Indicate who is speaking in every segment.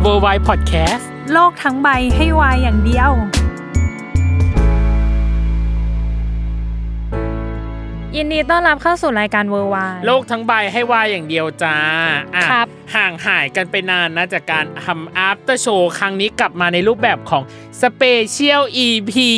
Speaker 1: เวอร์ไวพอดแคสต์
Speaker 2: โลกทั้งใบให้วายอย่างเดียว ยินดีต้อนรับเข้าสู่รายการเวอร์วาย
Speaker 1: โลกทั้งใบให้วายอย่างเดียวจ้าอ่ะ
Speaker 2: ครับ
Speaker 1: ห่างหายกันไปนานนะจากการทำอั t เตอร์โชว์ครั้งนี้กลับมาในรูปแบบของสเปเชียลอีพี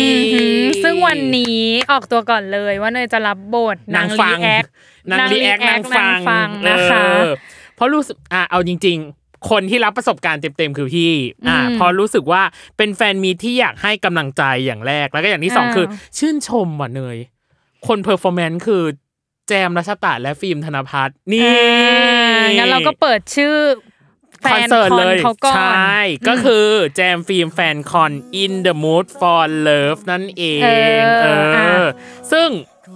Speaker 2: อือหือซึ่งวันนี้ออกตัวก่อนเลยว่าเนยจะรับบทนาน
Speaker 1: าง ง
Speaker 2: รี
Speaker 1: ฟัง
Speaker 2: แอค
Speaker 1: นางรีแอคนางฟัง
Speaker 2: นางฟังนะคะ
Speaker 1: เออเพราะรู้สึกอ่ะเอาจริง ๆ คนที่รับประสบการณ์เต็มๆคือพี่อ่ะ
Speaker 2: อืม
Speaker 1: เพอรู้สึกว่าเป็นแฟนมีตที่อยากให้กำลังใจอย่างแรก แล้วก็อย่างที่สอง
Speaker 2: อ่า
Speaker 1: คือชื่นชมว่ะเนย คนเพอร์ฟอร์แมนซ์คือแจมรัชตะและฟิล์มธนพัฒน์นี่
Speaker 2: อ่างั้นเราก็เปิดชื่อแฟ
Speaker 1: คอน
Speaker 2: น
Speaker 1: เสิร์ต
Speaker 2: คอ
Speaker 1: เล
Speaker 2: น
Speaker 1: ย
Speaker 2: เขาก่อน
Speaker 1: ใช่ ก็คือแจมฟิล์มแฟนคอน In the Mood for Love นั่นเอง
Speaker 2: เออ
Speaker 1: เอออะ ซึ่ง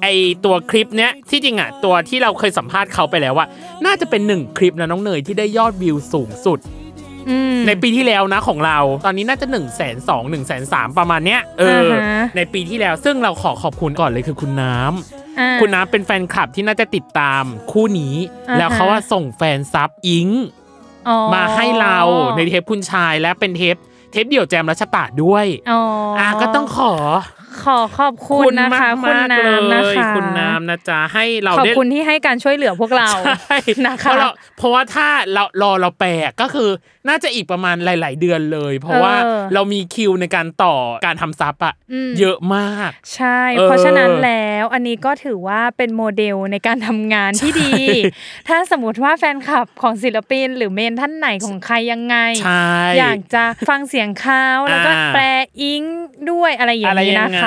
Speaker 1: ไอตัวคลิปเนี้ยที่จริงอ่ะ ตัวที่เราเคยสัมภาษณ์เขาไปแล้วว่า น่าจะเป็นหนึ่งคลิปนะน้องเนยที่ได้ยอดวิวสูงสุด
Speaker 2: อืม
Speaker 1: ในปีที่แล้วนะของเรา ตอนนี้น่าจะ1นึ่งแสนสองหนึ่งแสนสามประมาณเนี้ยเออ
Speaker 2: อ่าฮะ
Speaker 1: ในปีที่แล้วซึ่งเราขอขอบคุณก่อนเลยคือคุณน้ำ
Speaker 2: อ่า
Speaker 1: คุณน้ำเป็นแฟนคลับที่น่าจะติดตามคู่นี้
Speaker 2: อ่าฮะ
Speaker 1: แล้วเขาว่าส่งแฟนซับอิง
Speaker 2: อ๋อ
Speaker 1: มาให้เราในเทปคุณชายและเป็นเทปเทปเดี่ยวแจมรัชตะด้วย
Speaker 2: อ๋ออ่
Speaker 1: ะก็ต้องขอ
Speaker 2: ขอขอบคุณนะคะคุณ
Speaker 1: มากๆ
Speaker 2: น้ำนะคะ
Speaker 1: เลยคุณน้ำนะจ๊ะให้เรา
Speaker 2: ขอบ
Speaker 1: ได้
Speaker 2: คุณที่ให้การช่วยเหลือพวกเรา
Speaker 1: ใช่
Speaker 2: นะ
Speaker 1: เพ
Speaker 2: คะ
Speaker 1: ราเราเพราะว่าถ้าเรารอเราแปลก็คือน่าจะอีกประมาณหลาย ๆ เดือนเลย เพราะว่า
Speaker 2: เออ
Speaker 1: เรามีคิวในการต่อการทำซับอะ
Speaker 2: อืม
Speaker 1: เยอะมาก
Speaker 2: ใช่
Speaker 1: เออ
Speaker 2: เพราะฉะนั้นแล้วอันนี้ก็ถือว่าเป็นโมเดลในการทำงานที่ดี ถ้าสมมติว่าแฟนคลับของศิลปิน หรือเมนท่านไหนของใครยังไง
Speaker 1: ใช่
Speaker 2: อยากจะฟังเสียงเขาแล้วก็
Speaker 1: อ่า
Speaker 2: แปลอิงด้วยอะไรอย่าง
Speaker 1: อะไร
Speaker 2: นี้
Speaker 1: ยัง
Speaker 2: นะ
Speaker 1: ไง
Speaker 2: คะ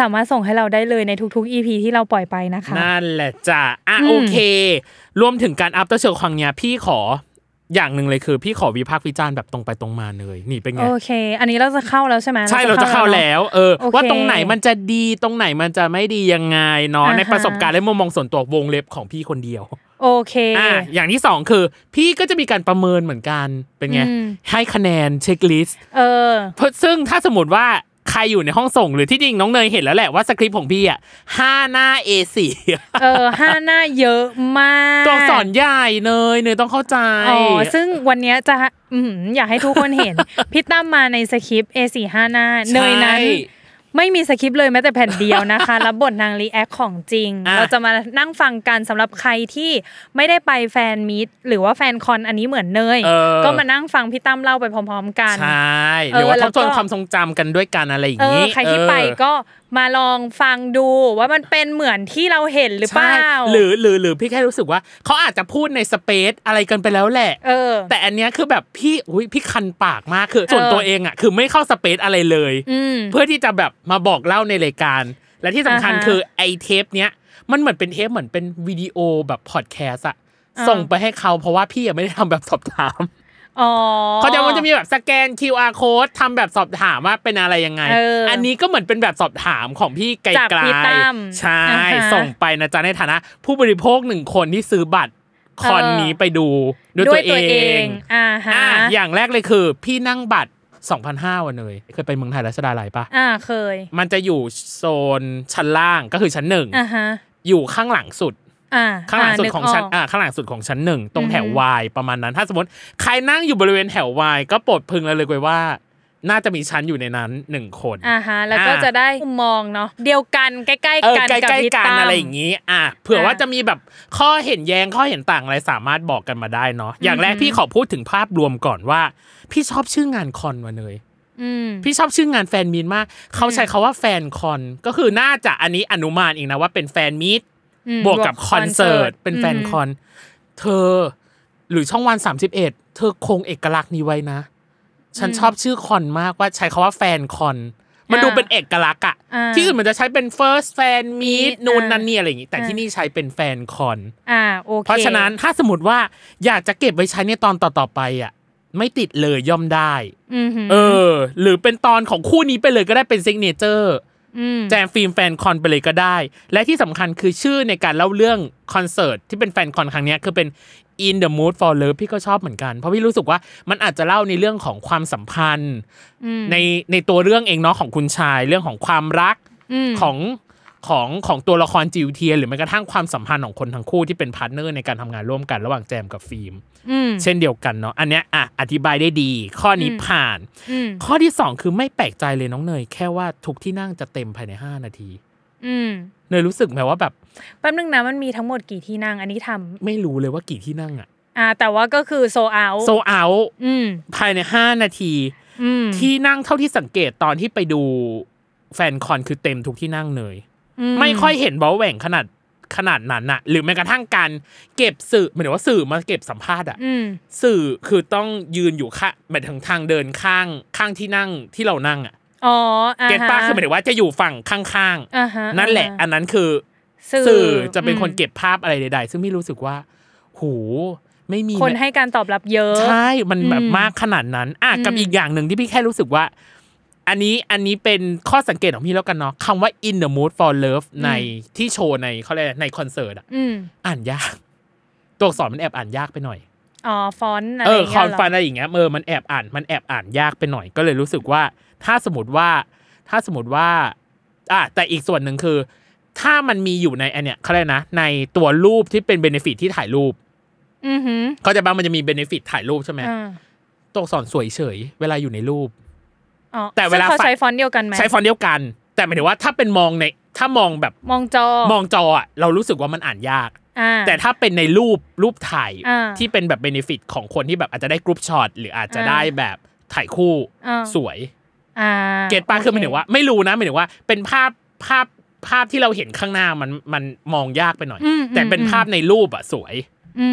Speaker 2: สามารถส่งให้เราได้เลยในทุกๆ EP ที่เราปล่อยไปนะคะ
Speaker 1: นั่นแหละจ้ะอ่ะ
Speaker 2: อืม
Speaker 1: โอเค รวมถึงการอัพเตอร์โชว์ครั้งเนี้ยพี่ขออย่างหนึ่งเลยคือพี่ขอวิพากษ์วิจารณ์แบบตรงไปตรงมาเลยนี่เป็นไง
Speaker 2: โอเค อันนี้เราจะเข้าแล้วใช่ไหม
Speaker 1: ใช่เราจะเข้าแล้ว เออ
Speaker 2: โอค
Speaker 1: ว่าตรงไหนมันจะดีตรงไหนมันจะไม่ดียังไงเนาะ
Speaker 2: อ่าฮะ
Speaker 1: ในประสบการณ์และมุมมองส่วนตัววงเล็บของพี่คนเดียว
Speaker 2: โอเค
Speaker 1: อ่ะอย่างที่สองคือ พี่ก็จะมีการประเมินเหมือนกันเป็นไง
Speaker 2: อืม
Speaker 1: ให้คะแนนเช็คลิสต์
Speaker 2: เออ
Speaker 1: เพราะซึ่งถ้าสมมติว่าใครอยู่ในห้องส่งหรือที่จริงน้องเนยเห็นแล้วแหละว่าสคริปต์ของพี่อ่ะห้าหน้า A4
Speaker 2: เออห้าหน้าเยอะมาก
Speaker 1: ตัวอักษรใหญ่เนยเนยต้องเข้าใจ
Speaker 2: อ๋อ ซึ่งวันเนี้ยจะอืมอยากให้ทุกคนเห็น พี่ตั้มมาในสคริปต์ A4 ห้าหน้า
Speaker 1: ใช่
Speaker 2: เนยนั้น ไม่มีสคริปต์เลยแม้แต่แผ่นเดียว นะคะ รับบทนางรีแอคของจริง
Speaker 1: อ่ะ
Speaker 2: เราจะมานั่งฟังกันสำหรับใครที่ไม่ได้ไปแฟนมีตหรือว่าแฟนคอนอันนี้เหมือนเนย
Speaker 1: เออ
Speaker 2: ก็มานั่งฟังพี่ตั้มเล่าไปพร้อม ๆ กัน
Speaker 1: ใช่ห
Speaker 2: เออ
Speaker 1: รือว่า
Speaker 2: แล้
Speaker 1: ท
Speaker 2: ว
Speaker 1: บท
Speaker 2: ก็
Speaker 1: วนความทรงจำกันด้วยกันอะไรอย่าง
Speaker 2: เออ
Speaker 1: นี้
Speaker 2: ใครที่ไปก็มาลองฟังดูว่ามันเป็นเหมือนที่เราเห็นหรือเปล่า
Speaker 1: ใช่หรือหรือหรือพี่แค่รู้สึกว่าเขาอาจจะพูดในสเปซอะไรกันไปแล้วแหละ
Speaker 2: เออ
Speaker 1: แต่อันเนี้ยคือแบบพี่อุ้ยพี่คันปากมากคือ ส่วน
Speaker 2: เออ
Speaker 1: ตัวเองอ่ะคือไม่เข้าสเปซอะไรเลย
Speaker 2: อืม
Speaker 1: เพื่อที่จะแบบมาบอกเล่าในรายการ และที่สำคัญ
Speaker 2: อ่าฮะ
Speaker 1: คือไอเทปเนี้ยมันเหมือนเป็นเทปเหมือนเป็นวิดีโอแบบพอดแคสต์อะ
Speaker 2: อ่า
Speaker 1: ส่งไปให้เขาเพราะว่าพี่ยังไม่ได้ทำแบบสอบถาม
Speaker 2: อ๋อ
Speaker 1: เขาจะมันจะมีแบบสแกน QR code ทำแบบสอบถามว่าเป็นอะไรยังไง
Speaker 2: เอออั
Speaker 1: นนี้ก็เหมือนเป็นแบบสอบถามของพี่ไกล
Speaker 2: จากพี่ตั้ม
Speaker 1: ๆใช่
Speaker 2: อ่าฮะ
Speaker 1: ส่งไปนะจ๊ะในฐานะ ผู้บริโภคหนึ่งคนที่ซื้อบัตรคอน
Speaker 2: เออ
Speaker 1: นี้ไปดูด้วย
Speaker 2: ด้วย
Speaker 1: ตัวเอ
Speaker 2: ตัวเอง
Speaker 1: ง
Speaker 2: อ่าฮะ
Speaker 1: อ่ะอย่างแรกเลยคือ พี่นั่งบัตร 2,500วันเลย เคยไปเมืองไทยรัชดาลัยปะ
Speaker 2: อ่าเคย
Speaker 1: มันจะอยู่โซนชั้นล่างก็คือชั้นหนึ่ง
Speaker 2: อ่าฮะ
Speaker 1: อยู่ข้างหลังสุด
Speaker 2: อ่า
Speaker 1: ข้างหลังสุดของชั้น
Speaker 2: อ่า
Speaker 1: อ่าข้างหลังสุดของชั้นหนึ่งตรงแถว
Speaker 2: อือฮึ
Speaker 1: วายประมาณนั้น ถ้าสมมติใครนั่งอยู่บริเวณแถววายก็โปรดพึงระลึกไว้ว่า น่าจะมีชั้นอยู่ในนั้นหนึ่งคน
Speaker 2: อ่าฮะแล้วก็
Speaker 1: อ่
Speaker 2: จะได้มุมมองเนาะเดียวกันใกล้
Speaker 1: เออ
Speaker 2: ๆกัน
Speaker 1: ใกล้
Speaker 2: กับ
Speaker 1: ใกล้
Speaker 2: พี่
Speaker 1: ๆกัน
Speaker 2: ตั้ม
Speaker 1: อะไรอย่างนี้ อ่ะเผื่อว่าจะมีแบบข้อเห็นแย้งข้อเห็นต่างอะไรสามารถบอกกันมาได้เนาะอย่างแรก
Speaker 2: อืม
Speaker 1: พี่ขอพูดถึงภาพรวมก่อนว่า พี่ชอบชื่องานคอนวะเนย
Speaker 2: อืม
Speaker 1: พี่ชอบชื่องานแฟนมีนมาก เขาใช้คาว่าแฟนคอน ก็คือน่าจะอันนี้อนุมานเองนะว่าเป็นแฟนมีต
Speaker 2: อืม
Speaker 1: บวกกับ
Speaker 2: บวก
Speaker 1: คอนเสิร์ต
Speaker 2: คอนเสิร์ต
Speaker 1: เป็นแฟน
Speaker 2: อืม
Speaker 1: คอน เธอ หรือช่องวัน 31 เธอคงเอกลักษณ์นี้ไว้นะ ฉันชอบชื่อคอนมากว่าใช้คาว่าแฟนคอน มันดูเป็นเอกลักษณ์อะ
Speaker 2: อ่า
Speaker 1: ที่อื่นมันจะใช้เป็น first fan meet
Speaker 2: meet
Speaker 1: นู่น
Speaker 2: อ่านั่
Speaker 1: นั่นนี่อะไรอย่างงี้แต่
Speaker 2: อ่า
Speaker 1: ที่นี่ใช้เป็นแฟนคอน
Speaker 2: อ่าโอเค
Speaker 1: เพราะฉะนั้นถ้าสมมติว่าอยากจะเก็บไว้ใช้ในตอนต่อๆไปอะไม่ติดเลยย่อมได้
Speaker 2: อืม
Speaker 1: เออ หรือเป็นตอนของคู่นี้ไปเลยก็ได้เป็นซิกเนเจอร์
Speaker 2: ม
Speaker 1: แจมฟิล์มแฟนคอนไปเลยก็ได้ และที่สำคัญคือชื่อในการเล่าเรื่องคอนเสิร์ตที่เป็นแฟนคอนครั้งเนี้ยคือเป็น In the Mood for Love พี่ก็ชอบเหมือนกัน เพราะพี่รู้สึกว่ามันอาจจะเล่าในเรื่องของความสัมพันธ์
Speaker 2: อืม
Speaker 1: ในในตัวเรื่องเองเนาะของคุณชายเรื่องของความรัก
Speaker 2: ม
Speaker 1: ของของของตัวละครจิวเทีย หรือแม้กระทั่งความสัมพันธ์ของคนทั้งคู่ที่เป็นพาร์ทเนอร์ในการทำงานร่วมกันระหว่างแจมกับฟิล์ม
Speaker 2: อืม
Speaker 1: เช่นเดียวกันเนาะอันเนี้ยอ่ะอธิบายได้ดี ข้อนี้
Speaker 2: อืม
Speaker 1: ผ่าน
Speaker 2: อืม
Speaker 1: ข้อที่ 2 คือไม่แปลกใจเลยน้องเนย แค่ว่าทุกที่นั่งจะเต็มภายใน 5 นาที
Speaker 2: อืม
Speaker 1: เนยรู้สึกไหมว่าแบบ
Speaker 2: แป๊บนึงนะมันมีทั้งหมดกี่ที่นั่งอันนี้ทำ
Speaker 1: ไม่รู้เลยว่ากี่ที่นั่งอะ
Speaker 2: อ่า แต่ว่าก็คือโซเอา
Speaker 1: โซเอา
Speaker 2: อืม
Speaker 1: ภายใน 5 นาที
Speaker 2: อืม
Speaker 1: ที่นั่งเท่าที่สังเกตตอนที่ไปดูแฟนคอนคือเต็มทุกที่นั่งเลย ไม่ค่อยเห็นเบาแหว่งขนาดขนาดนั้นน่ะ หรือแม้กระทั่งการเก็บสื่อหมายถึงว่าสื่อมาเก็บสัมภาษณ์อะ
Speaker 2: อืม
Speaker 1: สื่อคือต้องยืนอยู่ข้างหมายถึงทางเดินข้างข้างที่นั่งที่เรานั่งอะ
Speaker 2: อ๋ออ่าฮ
Speaker 1: เก็ตป้าคือหมายถึงว่าจะอยู่ฝั่งข้าง
Speaker 2: อ่าฮ
Speaker 1: ๆนั่นแหละ
Speaker 2: อ่า
Speaker 1: อันนั้นคือ
Speaker 2: ฮสื่
Speaker 1: สื่อจะเป็น
Speaker 2: อืม
Speaker 1: คนเก็บภาพอะไรใด ๆ ซึ่งไม่รู้สึกว่า หูไม่มี
Speaker 2: คนให้การตอบรับเยอะ
Speaker 1: ใช่ มันแบบ
Speaker 2: อืม
Speaker 1: มากขนาดนั้น อ่ะกับ
Speaker 2: อืม
Speaker 1: อีกอย่างหนึ่งที่พี่แค่รู้สึกว่า อันนี้อันนี้เป็นข้อสังเกตของพี่แล้วกันเนาะคำว่า in the mood for love ในที่โชว์ในเขาเรียกอะไรในคอนเสิร์ตอะ
Speaker 2: อืม
Speaker 1: อ่านยาก ตัวอักษรมันแอบอ่านยากไปหน่อย
Speaker 2: อ๋อฟอนต์อะ
Speaker 1: เออ
Speaker 2: ไราง
Speaker 1: ค
Speaker 2: งี้ย
Speaker 1: อน
Speaker 2: หร
Speaker 1: ฟันอะไรอย่างเงี้ยเออมันแอบอ่านมันแอบอ่านยากไปหน่อยก็เลยรู้สึกว่า ถ้าสมมติว่าถ้าสมมติว่าอ่ะแต่อีกส่วนหนึ่งคือ ถ้ามันมีอยู่ในอันเนี้ยเขาเรียกนะ ในตัวรูปที่เป็นเบนฟิตที่ถ่ายรูป
Speaker 2: อือหือ
Speaker 1: ก็จะบ้างมันจะมีเบนฟิตถ่ายรูปใช่ไหม
Speaker 2: อ่า
Speaker 1: ตัวอักษรสวยเฉย เวลาอยู่ในรูป
Speaker 2: อ๋อ
Speaker 1: แต่เวลา
Speaker 2: ซึ่งเขาใช้ฟอนต์เดียวกันไหม
Speaker 1: ใช้ฟอนต์เดียวกัน แต่หมายถึงว่าถ้าเป็นมองในถ้ามองแบบ
Speaker 2: มองจอ
Speaker 1: มองจออ่ะเรารู้สึกว่ามันอ่านยาก
Speaker 2: อ่า
Speaker 1: แต่ถ้าเป็นในรูปรูปถ่าย
Speaker 2: อ่า
Speaker 1: ที่เป็นแบบเบนฟิตของคนที่แบบอาจจะได้กรุ๊ปช็อตหรืออาจจะได้แบบถ่ายคู่
Speaker 2: อ่า
Speaker 1: สวย
Speaker 2: อ่า
Speaker 1: เกตปา
Speaker 2: โ
Speaker 1: คือหมายถึงว่าไม่รู้นะหมายถึงว่าเป็นภาพภาพภาพที่เราเห็นข้างหน้ามันมันมองยากไปหน่อย
Speaker 2: อืม
Speaker 1: แต่เป็น
Speaker 2: อืม
Speaker 1: ภาพในรูปอะสวย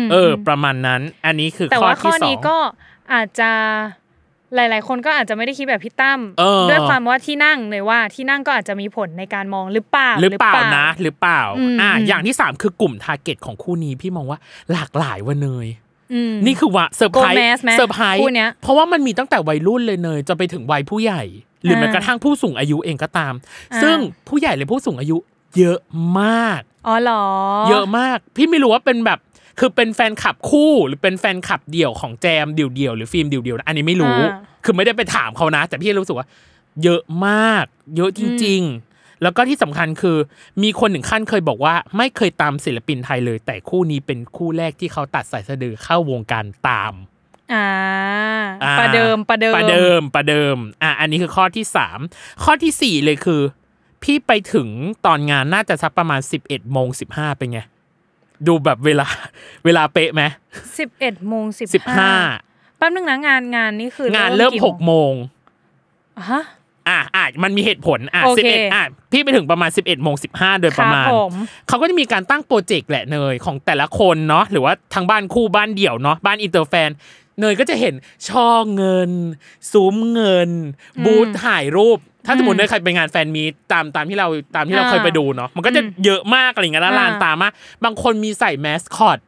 Speaker 2: ม
Speaker 1: เอออ
Speaker 2: ม
Speaker 1: ประมาณนั้น อันนี้คือ
Speaker 2: แต่
Speaker 1: ข้อ
Speaker 2: ว่าข้
Speaker 1: ที่
Speaker 2: อ
Speaker 1: สอ
Speaker 2: นี้
Speaker 1: ง
Speaker 2: ก็อาจจะหลาย ๆ คนก็อาจจะไม่ได้คิดแบบพี่ตั้ม
Speaker 1: เออ
Speaker 2: ด้วยความว่าที่นั่งเลยว่าที่นั่งก็อาจจะมีผลในการมองหรือเปล่า
Speaker 1: หรือเปล่านะ หรือเปล่า
Speaker 2: อืม
Speaker 1: อ่า
Speaker 2: อืม
Speaker 1: อย่างที่สามคือกลุ่มทาร์เก็ตของคู่นี้พี่มองว่าหลากหลายว่าเนย
Speaker 2: อืม
Speaker 1: นี่คือว่าเซอร์ไพรส์
Speaker 2: Gomez ไหม
Speaker 1: เซอร์ไพรส์
Speaker 2: คู่เนี้ย
Speaker 1: เพราะว่ามันมีตั้งแต่วัยรุ่นเลยเนยจะไปถึงวัยผู้ใหญ่ หรือแม้กระทั่งผู้สูงอายุเองก็ตาม
Speaker 2: อ่า
Speaker 1: ซึ่งผู้ใหญ่หรือผู้สูงอายุ เยอะมาก
Speaker 2: อ๋อเหรอ
Speaker 1: เยอะมาก พี่ไม่รู้ว่าเป็นแบบคือเป็นแฟนคลับคู่หรือเป็นแฟนคลับเดี่ยวของแจมเดี่ยวเดี่ยวๆหรือฟิล์มเดี่ยวเดี่ยวๆนะอันนี้ไม่รู้
Speaker 2: อ่า
Speaker 1: คือไม่ได้ไปถามเขานะ แต่พี่รู้สึกว่า เยอะมาก เยอะจริง ๆ แล้วก็ที่สำคัญคือ มีคนหนึ่งขั้นเคยบอกว่า ไม่เคยตามศิลปินไทยเลย แต่คู่นี้เป็นคู่แรกที่เขาตัดสายสะดือเข้าวงการตาม่
Speaker 2: า
Speaker 1: อ่า
Speaker 2: ประเดิมประเดิม
Speaker 1: ประเดิมประเดิมอ่ะอันนี้คือข้อที่สามข้อที่สี่เลยคือ พี่ไปถึงตอนงานน่าจะสักประมาณสิบเอ็ดโมงสิบห้าเป็นไง ดูแบบเวลา เวลาเป๊ะไหม
Speaker 2: สิบเอ็ดโมงสิ
Speaker 1: สิบห้า
Speaker 2: แป๊บนึงนะงานงานนี่คือ
Speaker 1: าง
Speaker 2: งาน
Speaker 1: เริ่มหกโมง
Speaker 2: ฮะ
Speaker 1: อ่ะอ่ะมันมีเหตุผลอ่ะ
Speaker 2: โอ
Speaker 1: สิบ
Speaker 2: เค
Speaker 1: เอ็ดอ่ะพี่ไปถึงประมาณสิบเอ็ดโมงสิบห้าโดยประมาณ
Speaker 2: คบผม
Speaker 1: เขาก็จะมีการตั้งโปรเจกต์แหละเนยของแต่ละคนเนาะหรือว่าทางบ้านคู่บ้านเดี่ยวเนาะบ้านอินเตอร์แฟน เนยก็จะเห็นช่อเงิน ซุ้มเงิน บูธถ่ายรูป ถ้าสมมติเนยใครไปงานแฟนมีตตามตามที่เราตามที่เราเคยไปดูเนาะมันก็จะเยอะมากอะไรอย่างเงี้ยแล้วลานตามากบางคนมีใส่แมสคอต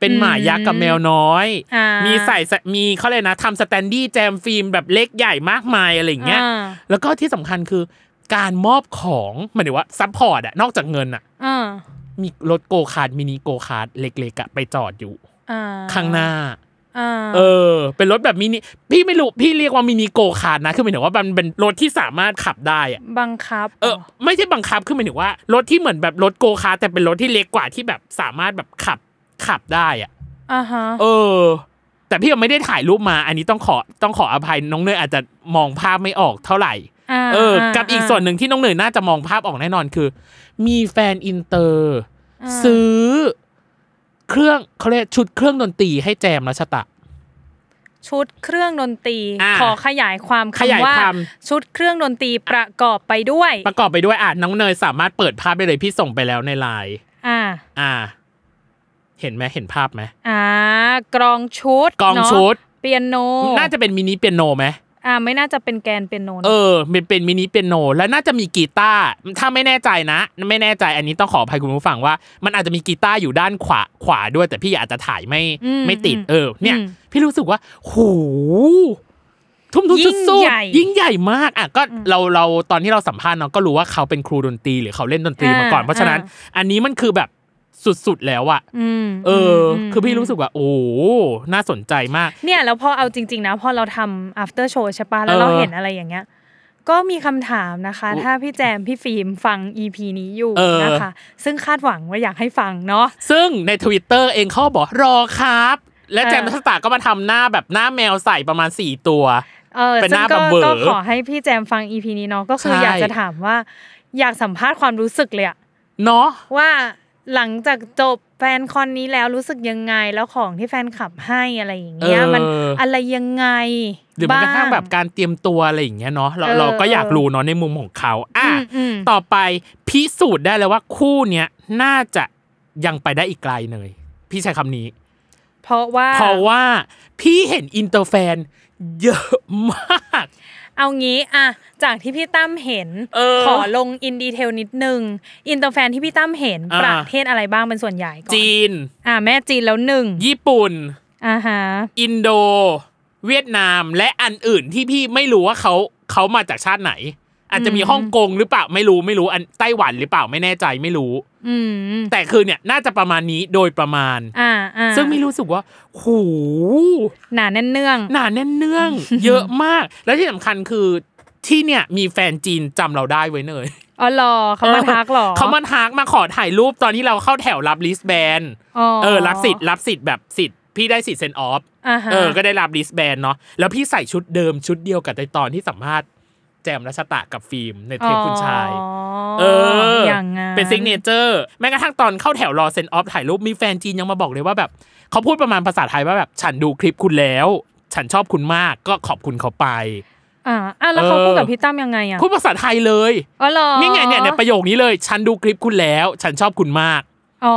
Speaker 1: เป็นหมายักษ์กับแมวน้อย
Speaker 2: อ่า
Speaker 1: มีใส่สมีเขาเลยกนะทำสแตนดี้แจมฟิล์มแบบเล็กใหญ่มากมายอะไรอย่างเงี้ย
Speaker 2: อ่า
Speaker 1: แล้วก็ที่สำคัญคือการมอบของหมายถึงว่าซัพพอร์ตอะนอกจากเงินอะ
Speaker 2: อ่า
Speaker 1: มีรถโกคาร์ดมินิโกคาร์ดเล็กๆอะไปจอดอยู่
Speaker 2: อ่า
Speaker 1: ข้างหน้า
Speaker 2: อ่า
Speaker 1: เออ เป็นรถแบบมินิพี่ไม่รู้พี่เรียกว่ามินิโกคาร์ดนะคือหมายถึงว่ามันเป็นรถที่สามารถขับได้อะ
Speaker 2: บังคับ
Speaker 1: เออ ไม่ใช่บังคับคือหมายถึงว่ารถที่เหมือนแบบรถโกคาร์ดแต่เป็นรถที่เล็กกว่าที่แบบสามารถแบบขับขับได้อะ
Speaker 2: อ่าฮะ
Speaker 1: เออ แต่พี่ยังไม่ได้ถ่ายรูปมา อันนี้ต้องขอต้องขออภัยน้องเนยอาจจะมองภาพไม่ออกเท่าไหร่
Speaker 2: า
Speaker 1: เออ กับอีกส่วนหนึ่งที่น้องเนยน่าจะมองภาพออกแน่นอนคือ มีแฟนอินเตอร์
Speaker 2: อ่า
Speaker 1: ซื้อ เครื่องเขาเรียกชุดเครื่องดนตรีให้แจมรัชตะ
Speaker 2: ชุดเครื่องดนตรี
Speaker 1: อ่า
Speaker 2: ขอขยายความ
Speaker 1: ขยาย
Speaker 2: คำว่า
Speaker 1: ความ
Speaker 2: ชุดเครื่องดนตรีประกอบไปด้วย
Speaker 1: ประกอบไปด้วยอ่ะน้องเนยสามารถเปิดภาพได้เลยพี่ส่งไปแล้วในไลน์
Speaker 2: อ่า
Speaker 1: อ่า เห็นไหมเห็นภาพไหม
Speaker 2: อ่ากรองชุด
Speaker 1: กลอง
Speaker 2: เนะ
Speaker 1: ชุด
Speaker 2: เปียโน
Speaker 1: น่าจะเป็นมินิเปียโนไหม
Speaker 2: อ่าไม่น่าจะเป็นแกนเปียโนนะ
Speaker 1: เออเป็นเป็นมินิเปียโน แล้วน่าจะมีกีตาร์ถ้าไม่แน่ใจนะ ไม่แน่ใจอันนี้ต้องขออภัยคุณผู้ฟังว่า มันอาจจะมีกีตาร์อยู่ด้านขวาขวาด้วย แต่พี่อาจจะถ่ายไม่
Speaker 2: ม
Speaker 1: ไม่ติด
Speaker 2: อืม
Speaker 1: เออ เนี่ย
Speaker 2: ม
Speaker 1: พี่รู้สึกว่าโหทุ่มทุนสุด
Speaker 2: ยิ่งใหญ่
Speaker 1: ๆยิ่งใหญ่มากอ่ะก็เราเราตอนที่เราสัมภาษณ์เนาะก็รู้ว่าเขาเป็นครูดนตรีหรือเขาเล่นดนตรีมาก่อน
Speaker 2: อ่า
Speaker 1: เพราะฉะนั้น
Speaker 2: อ่
Speaker 1: อันนี้มันคือแบบสุดๆแล้วอะ
Speaker 2: อืม
Speaker 1: เอออ
Speaker 2: ม
Speaker 1: คือพี่รู้สึกว่าโอ้น่าสนใจมาก
Speaker 2: เนี่ยแล้วพอเอาจริง ๆ นะพอเราทำ after show ใช่ปะแล้ว
Speaker 1: เออ
Speaker 2: เราเห็นอะไรอย่างเงี้ย ก็มีคำถามนะคะ
Speaker 1: อุ๊
Speaker 2: ถ้าพี่แจมพี่ฟิล์มฟัง EP นี้อยู่
Speaker 1: เออ
Speaker 2: นะคะ ซึ่งคาดหวังว่าอยากให้ฟังเนาะ
Speaker 1: ซึ่งใน Twitter เองเขาบอกรอครับ และ
Speaker 2: อ่า
Speaker 1: แจมทัศตาก็มาทำหน้าแบบหน้าแมวใส่ประมาณ 4 ตัว
Speaker 2: เออ
Speaker 1: เป็น
Speaker 2: ซึ่
Speaker 1: ห
Speaker 2: ง
Speaker 1: น้า
Speaker 2: ก็
Speaker 1: แบบเวอร์
Speaker 2: ก็ขอให้พี่แจมฟัง EP นี้เนาะก็คือ
Speaker 1: ใช่
Speaker 2: อยากจะถามว่า อยากสัมภาษณ์ความรู้สึกเลยอะ
Speaker 1: เนาะ
Speaker 2: ว่าหลังจากจบแฟนคอนนี้แล้วรู้สึกยังไงแล้วของที่แฟนขับให้อะไรอย่าง
Speaker 1: เอ
Speaker 2: เงี้ย
Speaker 1: อ
Speaker 2: มันอะไรยังไง
Speaker 1: หรือแม้กระทั่งแบบ
Speaker 2: าง
Speaker 1: การเตรียมตัวอะไรอย่างเงี้ยเนาะเรา
Speaker 2: เออ
Speaker 1: เราก็อยาก
Speaker 2: เออ
Speaker 1: รู้เนาะในมุมของเขาอ่ะ
Speaker 2: อืมอืม
Speaker 1: ต่อไปพิสูจน์ได้แล้วว่าคู่เนี้ยน่าจะยังไปได้อีกไกลเลย พี่ใช้คำนี้
Speaker 2: เพราะว่า
Speaker 1: เพราะว่าพี่เห็นอินเตอร์แฟนเยอะมาก
Speaker 2: เอางี้อะจากที่พี่ตั้มเห็น
Speaker 1: เออ
Speaker 2: ขอลงอินดีเทลนิดนึง อินเตอร์แฟนที่พี่ตั้มเห็น
Speaker 1: อ่า
Speaker 2: ประเทศอะไรบ้างเป็นส่วนใหญ่ก่อน
Speaker 1: จีน
Speaker 2: อ่าแม่จีนแล้วหนึ่ง
Speaker 1: ญี่ปุ่น
Speaker 2: อ่าฮะ
Speaker 1: อินโด เวียดนามและอันอื่นที่พี่ไม่รู้ว่าเขาเขามาจากชาติไหน อาจจะมีฮ่องกงหรือเปล่าไม่รู้ไม่รู้อันไต้หวันหรือเปล่าไม่แน่ใจไม่รู้
Speaker 2: อืม
Speaker 1: แต่คือเนี่ยน่าจะประมาณนี้โดยประมาณ
Speaker 2: อ่าอ่า
Speaker 1: ซึ่งไม่รู้สึกว่าหู
Speaker 2: หนาแน่นเนื่อง
Speaker 1: หนาแน่นเนื่อง เยอะมาก แล้วที่สำคัญคือที่เนี่ยมีแฟนจีนจำเราได้ไว้เนย
Speaker 2: อ๋อเหรอเขามาทักเหรอ
Speaker 1: เขามาทักมาขอถ่ายรูปตอนที่เราเข้าแถวรับลิสแบน
Speaker 2: อ๋
Speaker 1: เออรับสิทธิ์รับสิทธิ์แบบสิทธิ์พี่ได้สิทธิ์เซนออฟ
Speaker 2: อ่าฮะ
Speaker 1: เออ ก็ได้รับริสแบนเนาะ แล้วพี่ใส่ชุดเดิมชุดเดียวกับในตอนที่สัมภาษณ์แจมรัชตะกับฟิล์มในเทปคุณชาย
Speaker 2: อ๋อ
Speaker 1: เอออย่าง
Speaker 2: งั้น
Speaker 1: เป็นซิกเนเจอร์ แม้กระทั่งตอนเข้าแถวรอเซ็นออฟถ่ายรูปมีแฟนจีนยังมาบอกเลยว่าแบบ เขาพูดประมาณภาษาไทยว่าแบบ ฉันดูคลิปคุณแล้ว ฉันชอบคุณมากก็ขอบคุณเขาไป
Speaker 2: อ่าอ่ะแล้วเขา
Speaker 1: เออ
Speaker 2: พูดกับพี่ตั้มยังไงอ่ะ
Speaker 1: พูดภาษาไทยเลย
Speaker 2: อ๋อเหรอ
Speaker 1: นี่ไงเนี่ยเนี่ยประโยคนี้เลย ฉันดูคลิปคุณแล้ว ฉันชอบคุณมาก
Speaker 2: อ๋อ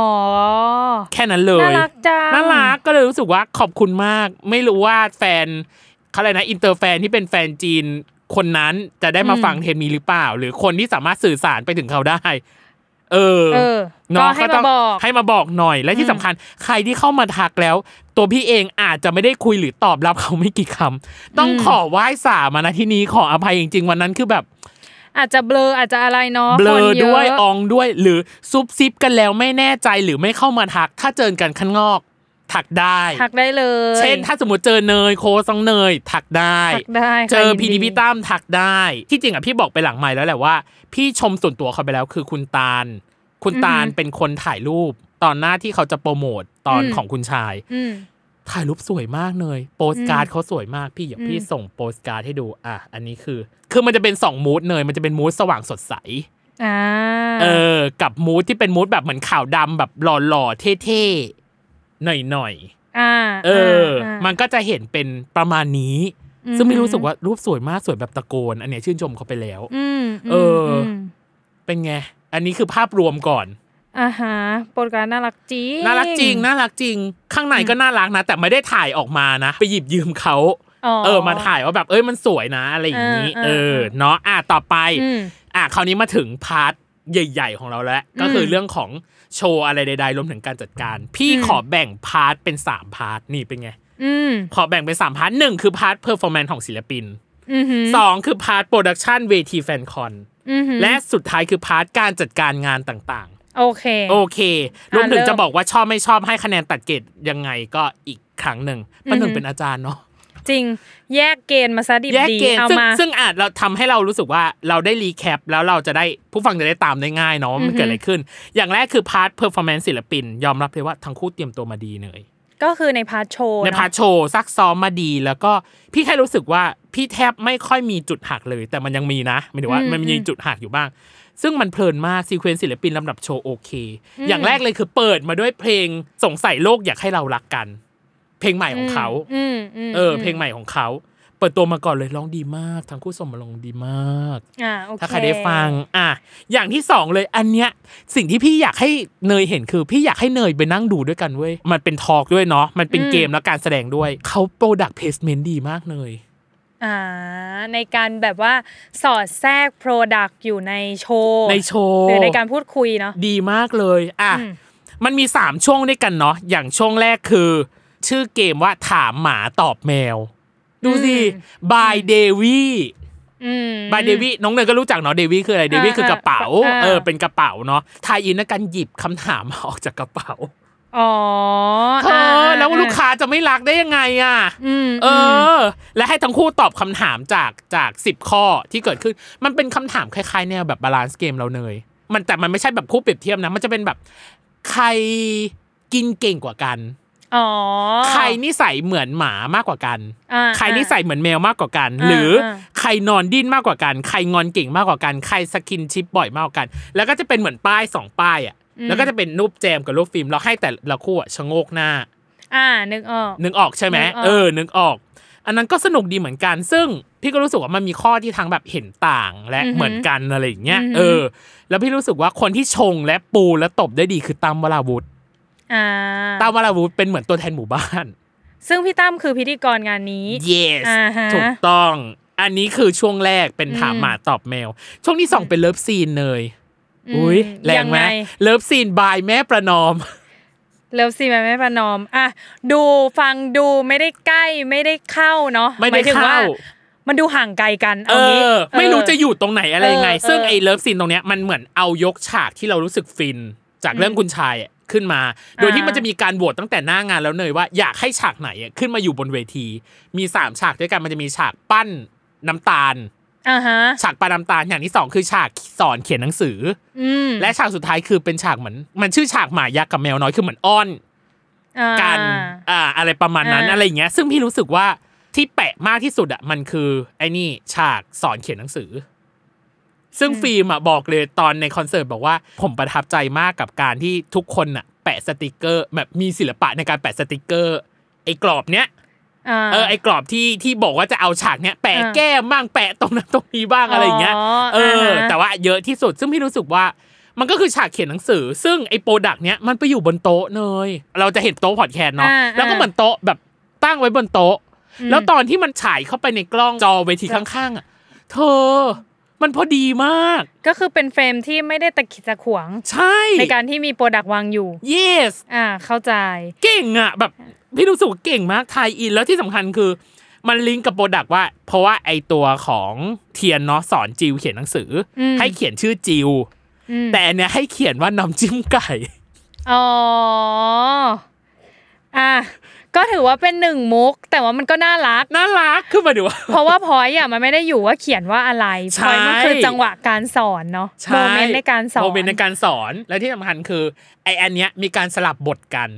Speaker 1: แค่นั้นเลย
Speaker 2: น่ารักจัง
Speaker 1: น่ารักก็เลยรู้สึกว่าขอบคุณมาก ไม่รู้ว่าแฟนเขาอะไรนะอินเตอร์แฟนที่เป็นแฟนจีนคนนั้นจะได้มา
Speaker 2: อืม
Speaker 1: ฟังเทปนี้หรือเปล่า หรือคนที่สามารถสื่อสารไปถึงเขาได้ เออ
Speaker 2: เออ
Speaker 1: เนาะ
Speaker 2: ก็ให้มาบอก
Speaker 1: ให้มาบอกหน่อย และที่
Speaker 2: อืม
Speaker 1: สำคัญใครที่เข้ามาทักแล้ว ตัวพี่เองอาจจะไม่ได้คุยหรือตอบรับเขาไม่กี่คำต้องขอไหว้สามานะที่นี้ขออภัยจริงๆวันนั้นคือแบบ
Speaker 2: อาจจะเบลออาจจะอะไรเนาะ
Speaker 1: เบล
Speaker 2: คน
Speaker 1: อ
Speaker 2: เยอะ
Speaker 1: ด้วยอองด้วยหรือซุบซิบกันแล้วไม่แน่ใจหรือไม่เข้ามาทัก ถ้าเจอกันข้างนอกทักได้
Speaker 2: ทักได้เลย
Speaker 1: เช่นถ้าสมมติเจอเนยโคซองเนยถักได้
Speaker 2: ทักได้
Speaker 1: เจอ
Speaker 2: ค่ะยิน
Speaker 1: พีดีพี่ตั้มถักได้ ที่จริงอ่ะพี่บอกไปหลังไมค์แล้วแหละว่า พี่ชมส่วนตัวเขาไปแล้วคือคุณตาล คุณตาลเป็นคนถ่ายรูป ตอนหน้าที่เขาจะโปรโมทตอนของคุณชาย
Speaker 2: อืม
Speaker 1: ถ่ายรูปสวยมากเลย โปสการ์ดเขาสวยมากพี่เดี๋ยว
Speaker 2: อืม
Speaker 1: พี่ส่งโปสการ์ดให้ดูอ่ะอันนี้คือ คือมันจะเป็นสองมูดเนยมันจะเป็นมูดสว่างสดใส
Speaker 2: อ่า
Speaker 1: เออ กับมูดที่เป็นมูดแบบเหมือนขาวดำแบบหล่อๆเท่ๆหน่อยๆ
Speaker 2: อ่า
Speaker 1: เออ
Speaker 2: า
Speaker 1: มันก็จะเห็นเป็นประมาณนี้
Speaker 2: อื
Speaker 1: ซึ่งไม่รู้สึกว่ารูปสวยมากสวยแบบตะโกน อันเนี้ยชื่นชมเขาไปแล้ว
Speaker 2: อืมม
Speaker 1: เอออื
Speaker 2: ม
Speaker 1: เป็นไง อันนี้คือภาพรวมก่อน
Speaker 2: อ่าฮะโปรดการดน่ารักจริง
Speaker 1: น่ารักจริง น่ารักจริง ข้างในก็น่ารักนะ แต่ไม่ได้ถ่ายออกมานะ ไปหยิบยืมเขาเออ มาถ่ายว่าแบบ เอ้ย มันสวยนะ อะไรอย่างนี้เอ
Speaker 2: เออเออ
Speaker 1: อ
Speaker 2: เออ
Speaker 1: เนาะ อ่ะ ต่อไป
Speaker 2: อืม
Speaker 1: อ่ะ คราวนี้มาถึงพาร์ทใหญ่ ๆ ของเราแล้ว ก็คืออ
Speaker 2: ม
Speaker 1: เรื่องของโชว์อะไรใดๆ รวมถึงการจัดการ พี่
Speaker 2: อืม
Speaker 1: ขอแบ่งพาร์ทเป็นสามพาร์ท นี่เป็นไง
Speaker 2: อืม
Speaker 1: ขอแบ่งเป็นสามพาร์ทหนึ่งคือพาร์ทเพอร์ฟอร์แมนซ์ของศิลปิน
Speaker 2: อืม
Speaker 1: สองคือพาร์ทโปรดักชันเวทีแฟนคอน
Speaker 2: อืม
Speaker 1: และสุดท้ายคือพาร์ทการจัดการงานต่าง
Speaker 2: โอเค
Speaker 1: ๆ โอเค ร
Speaker 2: อ่ะ
Speaker 1: วมถึง
Speaker 2: เริ่ม
Speaker 1: จะบอกว่าชอบไม่ชอบให้คะแนนตัดเกรดยังไงก็อีกครั้งหนึ่งป้าหนึ่ง
Speaker 2: อือหือ
Speaker 1: เป็นอาจารย์เนาะ
Speaker 2: จริงแยกเกณฑ์มาซะดิบ
Speaker 1: แยก
Speaker 2: ดี
Speaker 1: เกณฑ์
Speaker 2: เอา
Speaker 1: ซึ่ง
Speaker 2: มา
Speaker 1: ซึ่งอาจเราทำให้เรารู้สึกว่าเราได้รีแคปแล้วเราจะได้ผู้ฟังจะได้ตามได้ง่ายเนาะว่ามันเกิดอะไรขึ้น อย่างแรกคือพาร์ทเพอร์ฟอร์แมนซ์ศิลปิน ยอมรับเลยว่าทั้งคู่เตรียมตัวมาดีเลย
Speaker 2: ก็คือในพาร์ทโชว์
Speaker 1: ในพาร์ทโชว์ซักซ้อมมาดีแล้วก็พี่แค่รู้สึกว่าพี่แทบไม่ค่อยมีจุดหักเลย แต่มันยังมีนะหมายถึงว่ามันมีจุดหักอยู่บ้าง ซึ่งมันเพลินมากซีเควนซ์ศิลปินลำดับโชว์โอเค อย่างแรกเลยคือเปิดมาด้วยเพลงสงสัยโลกอยากให้เรารักกัน เพลงใหม่ของเขา
Speaker 2: อืมอืม
Speaker 1: เออเพลงใหม่ของเขา เปิดตัวมาก่อนเลยร้องดีมาก ทั้งคู่สมมาลงดีมาก
Speaker 2: อ่าโอเค
Speaker 1: ถ้าใครได้ฟัง อ่ะ อย่างที่สองเลย อันเนี้ย สิ่งที่พี่อยากให้เนยเห็นคือพี่อยากให้เนยไปนั่งดูด้วยกันเว้ย มันเป็นทอล์กด้วยเนาะ มันเป็นเกมและการแสดงด้วย เขาโปรดักเพสเมนต์ดีมากเนย
Speaker 2: อ่า ในการแบบว่าสอดแทรกโปรดักต์อยู่ในโชว์
Speaker 1: ในโชว์
Speaker 2: หรือในการพูดคุยเนาะ
Speaker 1: ดีมากเลย อ่ะ
Speaker 2: อืม
Speaker 1: มันมี 3 ช่วงด้วยกันเนาะ อย่างช่วงแรกคือ ชื่อเกมว่าถามหมาตอบแมว ดูสิบายเดวี่
Speaker 2: อืม
Speaker 1: บายเดวี่น้องเนยก็รู้จักเนาะเดวี่คืออะไรเดวี่
Speaker 2: อ่า
Speaker 1: คือกระเป๋า
Speaker 2: อ่า
Speaker 1: เออเป็นกระเป๋าเนาะทายอินในการหยิบคำถามออกจากกระเป๋า
Speaker 2: อ๋อ
Speaker 1: เอ
Speaker 2: อ่า
Speaker 1: อแล้วลูกค้าจะไม่รักได้ยังไงอ่ะ
Speaker 2: อืม
Speaker 1: เออ และให้ทั้งคู่ตอบคำถามจากจากสิบข้อที่เกิดขึ้นมันเป็นคำถามคล้ายๆแนวแบบบาลานซ์เกมเราเนยมันแต่มันไม่ใช่แบบคู่เปรียบเทียบนะ มันจะเป็นแบบใครกินเก่งกว่ากัน
Speaker 2: อ๋อ
Speaker 1: ใครนิสัยเหมือนหมามากกว่ากัน
Speaker 2: อ่า
Speaker 1: ใครนิสัยเหมือนแมวมากกว่ากัน
Speaker 2: อ่า
Speaker 1: หรืออา ใครนอนดิ้นมากกว่ากัน ใครงอนเก่งมากกว่ากัน ใครสกินชิปบ่อยมากกว่ากัน แล้วก็จะเป็นเหมือนป้ายสองป้ายอ่ะแล้วก็จะเป็นรูปแจมกับรูปฟิล์มเราให้แต่ละคู่อะชะโงกหน้า
Speaker 2: อ่านึกออก
Speaker 1: นึกออกใช่ไหม
Speaker 2: นึกออก
Speaker 1: เออนึกออก อันนั้นก็สนุกดีเหมือนกัน ซึ่งพี่ก็รู้สึกว่ามันมีข้อที่ทั้งแบบเห็นต่างและ
Speaker 2: อือหือ
Speaker 1: เหมือนกันอะไรอย่างเงี้ย
Speaker 2: อือหือ
Speaker 1: เออ แล้วพี่รู้สึกว่าคนที่ชงและปูและตบได้ดีคือตั้มวราวุธ
Speaker 2: อ่า
Speaker 1: ตั้มวราวุธเป็นเหมือนตัวแทนหมู่บ้าน
Speaker 2: ซึ่งพี่ตั้มคือพิธีกรงานนี้
Speaker 1: yes
Speaker 2: อ่าฮะ
Speaker 1: ถูกต้อง อันนี้คือช่วงแรกเป็น
Speaker 2: อืม
Speaker 1: ถามหมาตอบแมว ช่วงที่สองเป็นเลิฟซีนเนยอุ้ยแรงไหม
Speaker 2: ยัไ
Speaker 1: เลิฟซีนบายแม่ประนอม
Speaker 2: เลิฟซีนแม่ประนอมอ่ะดูฟังดูไม่ได้ใกล้ไม่ได้เข้าเนาะ
Speaker 1: ไม่
Speaker 2: ห
Speaker 1: ได้
Speaker 2: ยถึงว่
Speaker 1: เข้า
Speaker 2: มันดูห่างไกลกัน
Speaker 1: เอ
Speaker 2: เอางี้
Speaker 1: อ
Speaker 2: เออ
Speaker 1: ไม่รู้จะอยู่ตรงไหนอะไรยังไง
Speaker 2: เออ
Speaker 1: ซึ่ง
Speaker 2: เออ
Speaker 1: ไอ้เลิฟซีนตรงเนี้ยมันเหมือนเอายกฉากที่เรารู้สึกฟิน จากเรื่องคุณชายอะขึ้นมา โดยที่
Speaker 2: อ่ามั
Speaker 1: มันจะมีการโหวตตั้งแต่หน้างานแล้วเนยว่าอยากให้ฉากไหนอะขึ้นมาอยู่บนเวที มีสามฉากด้วยกันมันจะมีฉากปั้นน้ำตาล
Speaker 2: อ่าฮะ
Speaker 1: ฉากปลาน้ำตาลอย่างที่สองคือฉากสอนเขียนหนังสือ
Speaker 2: อืม
Speaker 1: และฉากสุดท้ายคือเป็นฉากเหมือน มันชื่อฉากหมายักษ์กับแมวน้อยคือเหมือนอ้อน
Speaker 2: อ่า
Speaker 1: กันอ่าอะไรประมาณนั้น
Speaker 2: อ่า
Speaker 1: อะไรอย่างเงี้ย ซึ่งพี่รู้สึกว่าที่แปะมากที่สุดอ่ะมันคือไอ้นี่ฉากสอนเขียนหนังสือ ซึ่งฟิล์มอ่ะบอกเลยตอนในคอนเสิร์ตบอกว่า ผมประทับใจมากกับการที่ทุกคนอ่ะ แปะสติกเกอร์ แบบมีศิลปะในการแปะสติกเกอร์ ไอ้กรอบเนี้ย
Speaker 2: อ่า
Speaker 1: เออไอ้กรอบที่ที่บอกว่าจะเอาฉากเนี้ยแปะ
Speaker 2: อ่า
Speaker 1: แก้มบ้างแปะตรงนั้นตรงนี้บ้างอะไรอย่างเงี้ย เออ
Speaker 2: ฮะ
Speaker 1: แต่ว่าเยอะที่สุดซึ่งพี่รู้สึกว่ามันก็คือฉากเขียนหนังสือ ซึ่งไอ้โปรดักเนี้ยมันไปอยู่บนโต๊ะเลย เราจะเห็นโต๊ะพอดแคสต์เนาะ
Speaker 2: อ่า
Speaker 1: แล้วก็เหมือนโต๊ะแบบตั้งไว้บนโต๊ะ
Speaker 2: อืม
Speaker 1: แล้วตอนที่มันฉายเข้าไปในกล้องจอเวทีข้างๆอ่ะเธอ มันพอดีมาก
Speaker 2: ก็คือเป็นเฟรมที่ไม่ได้ตะขิดตะขวง
Speaker 1: ใช่
Speaker 2: ในการที่มีโปรดักต์วางอยู่
Speaker 1: yes
Speaker 2: อ่าเข้าใจ
Speaker 1: เก่งอ่ะแบบพี่รู้สึกว่าเก่งมากไทยอินแล้วที่สำคัญคือ มันลิงก์กับโปรดักต์ว่า เพราะว่าไอตัวของเทียนเนาะสอนจิวเขียนหนังสืออ
Speaker 2: ม
Speaker 1: ให้เขียนชื่อจิว
Speaker 2: อืม
Speaker 1: แต่อันเนี้ยให้เขียนว่าน้ำจิ้มไก่
Speaker 2: อ๋ออ่ะก็ถือว่าเป็นหนึ่งมุก แต่ว่ามันก็น่า รัก
Speaker 1: น่ารักคือหมายถึงว่า
Speaker 2: เพราะว่าพอยอ่ะมันไม่ได้อยู่ว่าเขียนว่าอะไร
Speaker 1: ใช่
Speaker 2: พอยมันคือจังหวะการสอนเนาะ โมเมนต์ในการสอน
Speaker 1: โมเมนต์ในการสอนและที่สำคัญคือไออันเนี้ยมีการสลับบทกัน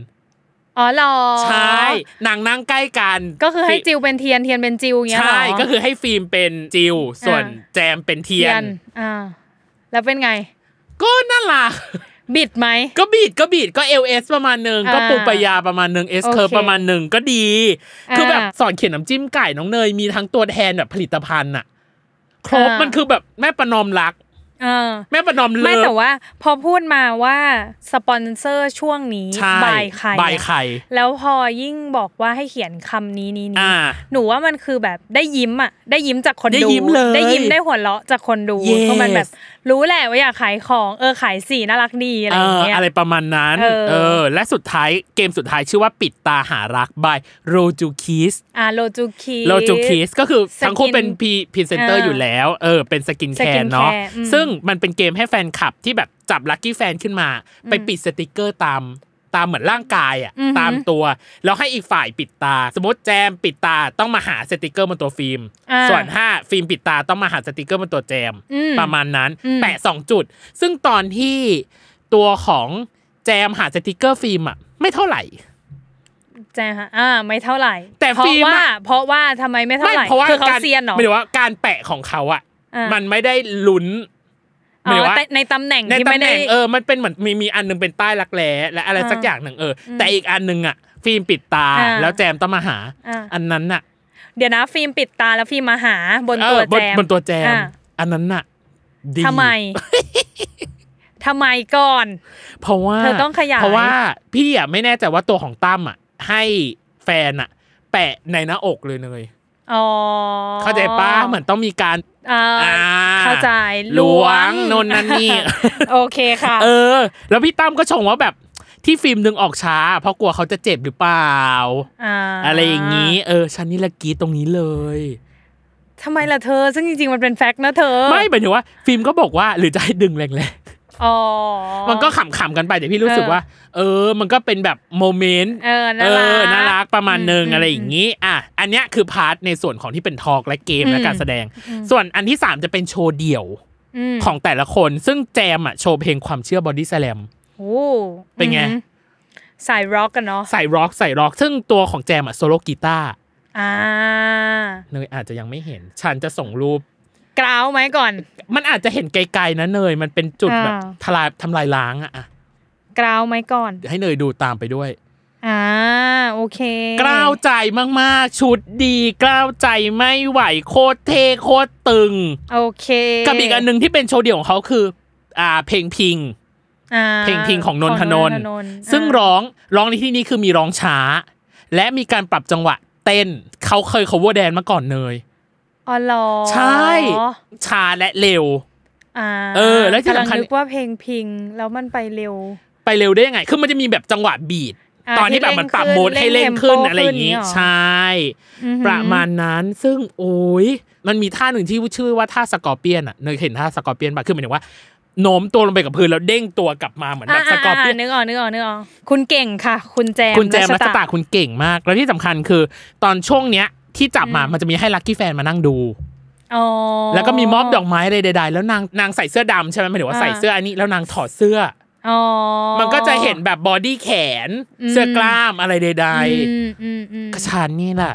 Speaker 2: อ๋อเหรอ
Speaker 1: ใช่นางนั่งใกล้กัน
Speaker 2: ก็คือให้
Speaker 1: ฟิ
Speaker 2: จิวเป็นเทียนเทียนเป็นจิวอย่างเงี้ยเหรอ
Speaker 1: ใช่ก็คือให้ฟิล์มเป็นจิวส่วน
Speaker 2: อ่า
Speaker 1: แจมเป็นเทียน
Speaker 2: อ่าแล้วเป็นไง
Speaker 1: ก็น่ารัก
Speaker 2: บิดไหม
Speaker 1: ก็บีดก็บีดก็เอลเอสประมาณหนึ่ง
Speaker 2: อ่า
Speaker 1: ก็ปูปายาประมาณหนึ่งเอส
Speaker 2: โอเค
Speaker 1: เคอร์ประมาณหนึ่งก็ดี
Speaker 2: อ่า
Speaker 1: คือแบบสอนเขียนน้ำจิ้มไก่น้องเนยมีทั้งตัวแทนแบบผลิตภัณฑ์อะครบ
Speaker 2: อ่ามั
Speaker 1: มันคือแบบแม่ประนอมรัก
Speaker 2: เออ
Speaker 1: แม่ประนอมเลิฟ
Speaker 2: ไม่แต่ว่าพอพูดมาว่าสปอนเซอร์ช่วงนี้
Speaker 1: ใช่
Speaker 2: บายใคร
Speaker 1: บายใคร
Speaker 2: แล้วพอยิ่งบอกว่าให้เขียนคำนี้นี้นี้
Speaker 1: อ่า
Speaker 2: หนูว่ามันคือแบบได้ยิ้มอ่ะได้ยิ้มจากคนดู
Speaker 1: ได้ยิ้มเลย
Speaker 2: ได้ยิ้มได้หัวเราะจากคนดู
Speaker 1: Yes
Speaker 2: เพราะมันแบบรู้แหละว่าอยากขายของเออขายสีน่ารักดีอะไร
Speaker 1: เอ
Speaker 2: อย่าง
Speaker 1: อ
Speaker 2: เงี้ย
Speaker 1: อะไรประมาณนั้น
Speaker 2: เออ
Speaker 1: เออ และสุดท้ายเกมสุดท้ายชื่อว่าปิดตาหารัก by โรจูคิส
Speaker 2: อ่าโลจูคี
Speaker 1: โรจูคิสก็คือ
Speaker 2: สกิน
Speaker 1: ทั้งคู่เป็นพีพรีเซนเตอร์
Speaker 2: อ่า
Speaker 1: อยู่แล้ว เออ เป็นสกินแค
Speaker 2: สกิน
Speaker 1: ร์
Speaker 2: แคร์
Speaker 1: เนาะ
Speaker 2: อืม
Speaker 1: ซึ่งมันเป็นเกมให้แฟนคลับที่แบบจับลัคกี้แฟนขึ้นมา ไปปิดสติกเกอร์ตาม ตามเหมือนร่างกายอ่ะ ตามตัว แล้วให้อีกฝ่ายปิดตา สมมติแจมปิดตาต้องมาหาสติกเกอร์บนตัวฟิล์ม
Speaker 2: อ่า
Speaker 1: ส่วน 5 ฟิล์มปิดตาต้องมาหาสติกเกอร์บนตัวแจม
Speaker 2: อืม
Speaker 1: ประมาณนั้น
Speaker 2: อืม
Speaker 1: แปะ 2 จุด ซึ่งตอนที่ตัวของแจมหาสติกเกอร์ฟิล์มอ่ะ ไม่เท่าไหร่
Speaker 2: แจฮะอ่าไม่เท่าไหร่
Speaker 1: แต่
Speaker 2: เพราะ
Speaker 1: ฟิล์ม
Speaker 2: ว่า
Speaker 1: อะ
Speaker 2: เพราะว่าทำไมไม่เท่าไหร่
Speaker 1: เพราะว่า
Speaker 2: คือเขา
Speaker 1: การ
Speaker 2: เซียนเหรอ
Speaker 1: ไม่ได้ว่าการแปะของเขาอ่ะ
Speaker 2: อ่ะ
Speaker 1: มันไม่ได้ลุ้นห
Speaker 2: อ๋
Speaker 1: มายถึง
Speaker 2: อ
Speaker 1: ว่า
Speaker 2: แต่ในตำแหน่ง
Speaker 1: ใน
Speaker 2: ที่
Speaker 1: ตำ
Speaker 2: ไม่
Speaker 1: แห
Speaker 2: ได้
Speaker 1: น่งเออมันเป็นเหมือนมีมีอันหนึงเป็นใต้รักแร้และอะไร
Speaker 2: อ่า
Speaker 1: สักอย่างหนึ่งเอออ
Speaker 2: ม
Speaker 1: แต่อีกอันหนึงอ่ะ ฟิล์มปิดตา
Speaker 2: อ่า
Speaker 1: แล้วแจมต้องมาหา
Speaker 2: อ่า
Speaker 1: อันนั้นน่ะ
Speaker 2: เดี๋ยวนะฟิล์มปิดตาแล้วฟิล์มมาหาบน
Speaker 1: เอ
Speaker 2: ตัว
Speaker 1: อ
Speaker 2: แจม
Speaker 1: บนตัวแจม
Speaker 2: อ่ะ
Speaker 1: อันนั้นน่ะดี
Speaker 2: ทำไม ทำไมก่อน
Speaker 1: เพราะว่า
Speaker 2: เธอต้องขยาย
Speaker 1: เพราะว่าพี่อ่ะไม่แน่ใจว่าตัวของตั้มอ่ะ ให้แฟนอ่ะ แปะในหน้าอกเลยเนย
Speaker 2: อ๋อ
Speaker 1: เข้าใจป้าเหมือนต้องมีการ
Speaker 2: อ่า
Speaker 1: อ่า
Speaker 2: เข้าใจ
Speaker 1: ล้วงนนนั่นนี่
Speaker 2: โอเคค่ะ
Speaker 1: เออ แล้วพี่ตั้มก็ชงว่าแบบที่ฟิล์มดึงออกช้า เพราะกลัวเขาจะเจ็บหรือเปล่า อะไรอย่างนี้ เออฉันนี่ละกรีดตรงนี้เลย
Speaker 2: ทำไมล่ะเธอ ซึ่งจริงๆ มันเป็นแฟกต์นะเธอ
Speaker 1: ไม่หมายถึงว่า ฟิล์มก็บอกว่าหรือจะให้ดึงแรง
Speaker 2: อ๋อ
Speaker 1: ๆมันก็ขำๆกันไปแต่พี่รู้สึก
Speaker 2: เออ
Speaker 1: ว่า เออ มันก็เป็นแบบโมเมนต์
Speaker 2: เออ
Speaker 1: เอ
Speaker 2: น่ารั
Speaker 1: อก น่ารักประมาณหนึ่ง
Speaker 2: อืม
Speaker 1: อะไรอย่างนี้ อ่ะ อันเนี้ยคือพาร์ทในส่วนของที่เป็นทอล์กและเกมและ
Speaker 2: อืม
Speaker 1: การแสดง ส่วนอันที่สามจะเป็นโชว์เดี่ยว
Speaker 2: ม
Speaker 1: ของแต่ละคน ซึ่งแจมอ่ะโชว์เพลงความเชื่อบอดี้แลม
Speaker 2: โอ้
Speaker 1: เป็นไง
Speaker 2: อืมสายร็อกกันเนาะ
Speaker 1: ใส่ร็อกใส่ร็อก ซึ่งตัวของแจมอ่ะโซโลกีตาร์
Speaker 2: อ่า
Speaker 1: เนยอาจจะยังไม่เห็น ฉันจะส่งรูป
Speaker 2: กราวไหมก่อน
Speaker 1: มันอาจจะเห็นไกลๆนะเนย มันเป็นจุด
Speaker 2: อ่า
Speaker 1: แบบทลายทำลายล้างอะอะ
Speaker 2: กราวไหมก่อน
Speaker 1: เดี๋ยวให้เนยดูตามไปด้วย
Speaker 2: อ่า โอเค
Speaker 1: กล้าวใจมากๆ ชุดดีกล้าวใจไม่ไหวโคตรเท่โคตรตึง
Speaker 2: โอเค
Speaker 1: กับอีกอันหนึ่งที่เป็นโชว์เดี่ยวของเขาคือ อ่า เพลงพิง
Speaker 2: อ่า
Speaker 1: เพลงพิงของนนทนนท์
Speaker 2: ท์
Speaker 1: ซึ่ง
Speaker 2: อ
Speaker 1: ร้องร้องในที่นี้คือมีร้องช้า และมีการปรับจังหวะเต้น เขาเคย cover แดนมาก่อนเนย
Speaker 2: อ๋อเหรอ
Speaker 1: ใช่ช้าและเร็ว
Speaker 2: อ่า
Speaker 1: เออแล้วที่สำคัญ
Speaker 2: กำนึกว่าเพลงพิงแล้วมันไปเร็ว
Speaker 1: ไปเร็วได้ยังไง คือมันจะมีแบบจังหวะบีด
Speaker 2: อ่า
Speaker 1: ตอนที่แบบมันปรับโหมดให้เล่นขึ้นอะไรอย่างนี้
Speaker 2: เร่ง tempo ขึ้นอย่างนี้หรอ
Speaker 1: ใช่
Speaker 2: อือหือ
Speaker 1: ประมาณนั้น ซึ่งโอ้ย มันมีท่าหนึ่งที่ชื่อว่าท่าสกอร์เปียนอ่ะ เนยเห็นท่าสกอร์เปียนปะคือหมายถึงว่าโน้มตัวลงไปกับพื้นแล้วเด้งตัวกลับมาเหมือนแบบสกอร์เปียน
Speaker 2: าาานึกออกนึกออกนึกออกคุณเก่งค่ะ คุณแจม
Speaker 1: คุณแจมรั
Speaker 2: รั
Speaker 1: ชตาคุณเก่งมาก แล้วที่สำคัญคือ ตอนช่วงเนี้ยที่จับมา มันจะมีให้ลัคกี้แฟนมานั่งดู
Speaker 2: อ๋อ
Speaker 1: แล้วก็มีมอบดอกไม้อะไรใดๆ แล้วนางนางใส่เสื้อดำใช่ไหมหมายถึงว่า
Speaker 2: อ่า
Speaker 1: ใส่เสื้ออันนี้แล้วนางถอดเสื้อ
Speaker 2: อ๋อ
Speaker 1: มันก็จะเห็นแบบบอดี้แขน
Speaker 2: อืม
Speaker 1: เสื้อกล้ามอะไรใด
Speaker 2: อื
Speaker 1: ๆ
Speaker 2: มอืมอืม
Speaker 1: กระชานนี่แหละ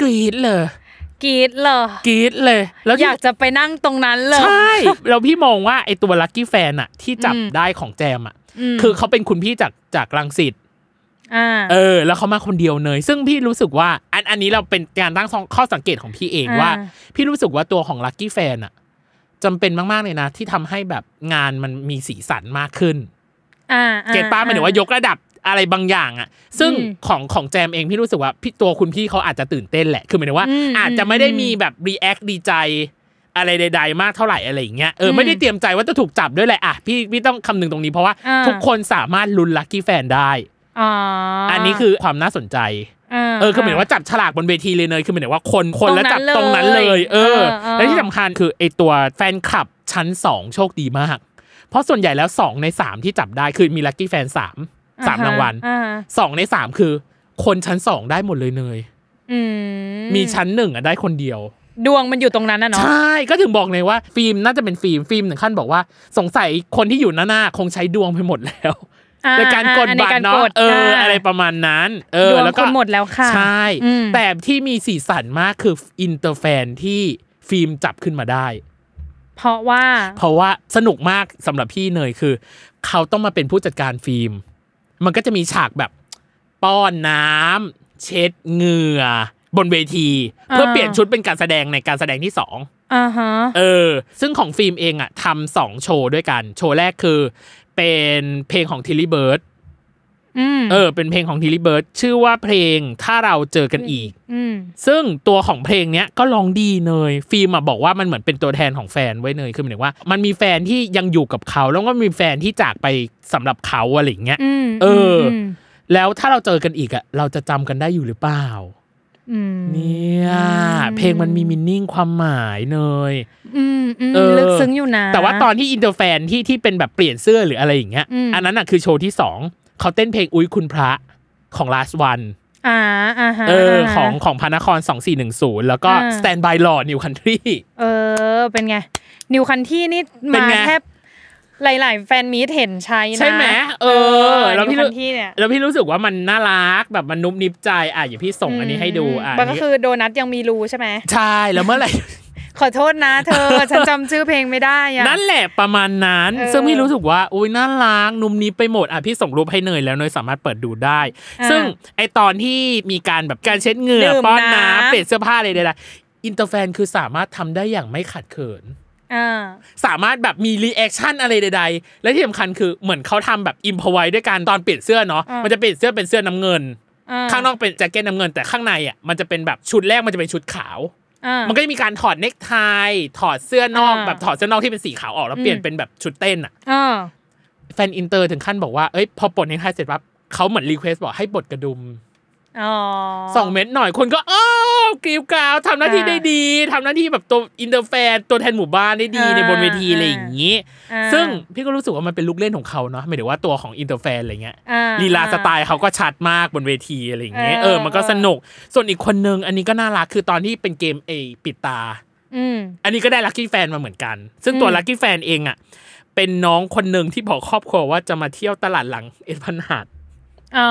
Speaker 1: กรีดเลย
Speaker 2: กรีดเหรอก
Speaker 1: รีดเลย แล้วที่
Speaker 2: อยากจะไปนั่งตรงนั้นเลย
Speaker 1: ใช่ แล้วพี่มองว่าไอตัวลั c กี้แฟนอะที่จับ
Speaker 2: อืม
Speaker 1: ได้ของแจมอะ
Speaker 2: ม
Speaker 1: คือเขาเป็นคุณพี่จากจากรังสิต
Speaker 2: อ่า
Speaker 1: เออ แล้วเขามาคนเดียวเนยซึ่งพี่รู้สึกว่าอันอันนี้เราเป็นการตั้งข้อสังเกตของพี่เองว่า พี่รู้สึกว่าตัวของลั c กี้แฟนอะจำเป็นมากๆเลยนะ ที่ทำให้แบบงานมันมีสีสันมากขึ้น
Speaker 2: อ่าอ่
Speaker 1: เกตป้าหมายถึงว่ายกระดับอะไรบางอย่างอะซึ่ง
Speaker 2: อืม
Speaker 1: ของของแจมเองพี่รู้สึกว่าพี่ตัวคุณพี่เขาอาจจะตื่นเต้นแหละ คือหมายถึงว่า
Speaker 2: อืม
Speaker 1: อาจจะไม่ได้มีแบบรีแอคดีใจ อะไรใด ๆ มากเท่าไหร่อะไรอย่างเงี้ยเอออ
Speaker 2: ม
Speaker 1: ไม่ได้เตรียมใจว่าจะถูกจับด้วยแหละอ่ะพี่พี่ต้องคำนึงตรงนี้เพราะว่า
Speaker 2: อ่า
Speaker 1: ทุกคนสามารถลุ้นลัคกี้แฟนได้
Speaker 2: อ๋อ
Speaker 1: อั
Speaker 2: อั
Speaker 1: นนี้คือความน่าสนใจ
Speaker 2: า
Speaker 1: เออคือหมายถึงว่าจับฉลากบนเวทีเลยเนยคือหมายถึงว่าคนคนแล้วจับต
Speaker 2: ต
Speaker 1: ร
Speaker 2: รง งนั้
Speaker 1: นั้น
Speaker 2: น
Speaker 1: เล
Speaker 2: เลย ย
Speaker 1: เออ
Speaker 2: เออ
Speaker 1: และที่สำคัญคือไอตัวแฟนคลับชั้นสองโชคดีมาก เพราะส่วนใหญ่แล้วสองในสามที่จับได้คือมีลั c กี้แฟนสามสามรางวัล
Speaker 2: อ่า
Speaker 1: สองในสามคือ คนชั้นสองได้หมดเลยเนย
Speaker 2: อื
Speaker 1: มีชั้นหนึ่งอะได้คนเดียว
Speaker 2: ดวงมันอยู่ตรงนั้นนะเนาะ
Speaker 1: ใช่ก็ถึงบอกเลยว่าฟิล์มน่าจะเป็นฟิล์มฟิล์มถึงขั้นบอกว่า สงสัยคนที่อยู่หน้าหน้าคงใช้ดวงไปหมดแล้ว
Speaker 2: อ่
Speaker 1: ในการกด
Speaker 2: อ่
Speaker 1: บัต
Speaker 2: ใก
Speaker 1: รเนาะ
Speaker 2: กด
Speaker 1: เอออะไรประมาณนั้น เออ
Speaker 2: ดวง
Speaker 1: แล้ว
Speaker 2: ค
Speaker 1: ก็
Speaker 2: นหมดแล้วค่ะ
Speaker 1: ใช่
Speaker 2: อืม
Speaker 1: แต่ที่มีสีสันมากคืออินเตอร์แฟนที่ฟิล์มจับขึ้นมาได้
Speaker 2: เพราะว่า
Speaker 1: เพราะว่าสนุกมากสำหรับพี่เนยคือ เขาต้องมาเป็นผู้จัดการฟิล์ม มันก็จะมีฉากแบบป้อนน้ำเช็ดเหงื่อบนเวที เพื่อเปลี่ยนชุดเป็นการแสดงในการแสดงที่สอง
Speaker 2: อ่าฮะ
Speaker 1: เออ ซึ่งของฟิล์มเองอ่ะทำสองโชว์ด้วยกัน โชว์แรกคือ เป็นเพลงของทิลลี่เบิร์ด
Speaker 2: อืม
Speaker 1: เออ เป็นเพลงของทิลลี่เบิร์ดชื่อว่าเพลงถ้าเราเจอกันอีก
Speaker 2: อืม
Speaker 1: ซึ่งตัวของเพลงเนี้ยก็ร้องดีเนยฟิล์มอะบอกว่ามันเหมือนเป็นตัวแทนของแฟนไว้เนยคือหมายถึงว่า มันมีแฟนที่ยังอยู่กับเขา แล้วก็มีแฟนที่จากไปสำหรับเขาอะไรอย่างเงี้ย
Speaker 2: อืม
Speaker 1: เอออื
Speaker 2: ม
Speaker 1: แล้วถ้าเราเจอกันอีกอะเราจะจำกันได้อยู่หรือเปล่า
Speaker 2: อืม
Speaker 1: เนี่ยเพลงมันมีมินนิ่งความหมายเนย
Speaker 2: อืมอืม
Speaker 1: เออ
Speaker 2: ลึกซึ้งอยู่นะ
Speaker 1: แต่ว่าตอนที่อินเตอร์แฟนที่ที่เป็นแบบเปลี่ยนเสื้อหรืออะไรอย่างเงี้ย
Speaker 2: อืม
Speaker 1: อันนั้นอะคือโชว์ที่สองเขาเต้นเพลงอุ้ยคุณพระของ last one
Speaker 2: อ่าอ่าฮะ
Speaker 1: เออ
Speaker 2: าฮะ
Speaker 1: ของของพระนคร2410 แล้วก็
Speaker 2: อ่า
Speaker 1: stand by law new country
Speaker 2: เออ เป็นไง นิวคันที่นี่
Speaker 1: เป็น
Speaker 2: มา
Speaker 1: ไง
Speaker 2: แทบ หลาย ๆ แฟนมีตเห็นใช้นะ
Speaker 1: ใช่ไหมเออแล้
Speaker 2: แล้ว ว
Speaker 1: พี่
Speaker 2: พี่
Speaker 1: รู้
Speaker 2: ที่เนี่ย
Speaker 1: แล้วพี่รู้สึกว่ามันน่ารักแบบมันนุบนิบใจอ่ะอย่าพี่ส่งอันนี้ให้ดูอ่ะ
Speaker 2: มันก็คือโดนัทยังมีรูใช่ไหม
Speaker 1: ใช่แล้วเมื่อไหร่
Speaker 2: ขอโทษนะ เธ อ ฉันจำชื่อเพลงไม่ได้ อะ
Speaker 1: นั่นแหละประมาณนั้น
Speaker 2: เออ
Speaker 1: ซึ่งพี่รู้สึกว่าอุ้ยน่ารักนุ่มนี้ไปหมดอ่ะพี่ส่งรูปให้เนยแล้วเนยสามารถเปิดดูได้
Speaker 2: อ่า
Speaker 1: ซึ่งไอตอนที่มีการแบบการเช็ดเหงื่อ
Speaker 2: ดื่ม
Speaker 1: ป้อน
Speaker 2: น้ำ
Speaker 1: น้ำเปลี่ยนเสื้อผ้าอะไรใดๆอินเตอร์แฟนคือสามารถทำได้อย่างไม่ขัดเขิน
Speaker 2: อ่า
Speaker 1: สามารถแบบมีรีแอคชั่นอะไรใด ๆ และที่สำคัญคือเหมือนเขาทำแบบอิมพอไว้ด้วยการตอนเปลี่ยนเสื้อเนาะมันจะเปลี่ยนเสื้อเป็นเสื้อน้ำเงิน
Speaker 2: อ่
Speaker 1: ข้างนอกเป็นแจ็คเก็ตน้ำเงินแต่ข้างในอ่ะมันจะเป็นแบบชุดแรกมันจะเป็นชุดขาว
Speaker 2: อ่า
Speaker 1: มันก็จะมีการถอดเนคไทถอดเสื้อนอก
Speaker 2: อ่า
Speaker 1: แบบถอดเสื้อนอกที่เป็นสีขาวออกแล้วเปลี่ยนเป็นแบบชุดเต้นอ่ะ
Speaker 2: อ่า
Speaker 1: แฟนอินเตอร์ถึงขั้นบอกว่าเอ้ยพอปลดเนคไทเสร็จปั๊บเขาเหมือนรีเควสบอกให้ปลดกระดุม
Speaker 2: อ๋อ
Speaker 1: สองเม็ดหน่อยคนก็อ้าวกรีวกราวทำหน้าที่
Speaker 2: อ่า
Speaker 1: ได้ดีทำหน้าที่แบบตัวอินเตอร์แฟนตัวแทนหมู่บ้านได้ดี
Speaker 2: อ่า
Speaker 1: ในบนเวที
Speaker 2: อ่า
Speaker 1: อะไรอย่างนี้
Speaker 2: อ่า
Speaker 1: ซึ่งพี่ก็รู้สึกว่ามันเป็นลูกเล่นของเขาเนาะหมายถึงว่าตัวของอินเตอร์แฟนอะไรเงี้ย
Speaker 2: อ่
Speaker 1: ลีลาสไตล์เขาก็ชัดมากบนเวทีอะไรอย่างเงี้ย
Speaker 2: เอ
Speaker 1: เอ
Speaker 2: อ
Speaker 1: อมันก็สนุก ส่วนอีกคนนึงอันนี้ก็น่ารักคือตอนที่เป็นเกมเอปิดตา
Speaker 2: อืม
Speaker 1: อันนี้ก็ได้ลัคกี้แฟนมาเหมือนกัน ซึ่งตัว
Speaker 2: อืม
Speaker 1: ลัคกี้แฟนเองอ่ะเป็นน้องคนหนึ่งที่บอกครอบครัวว่าจะมาเที่ยวตลาดหลังเอ็ดพันหาด
Speaker 2: อ๋อ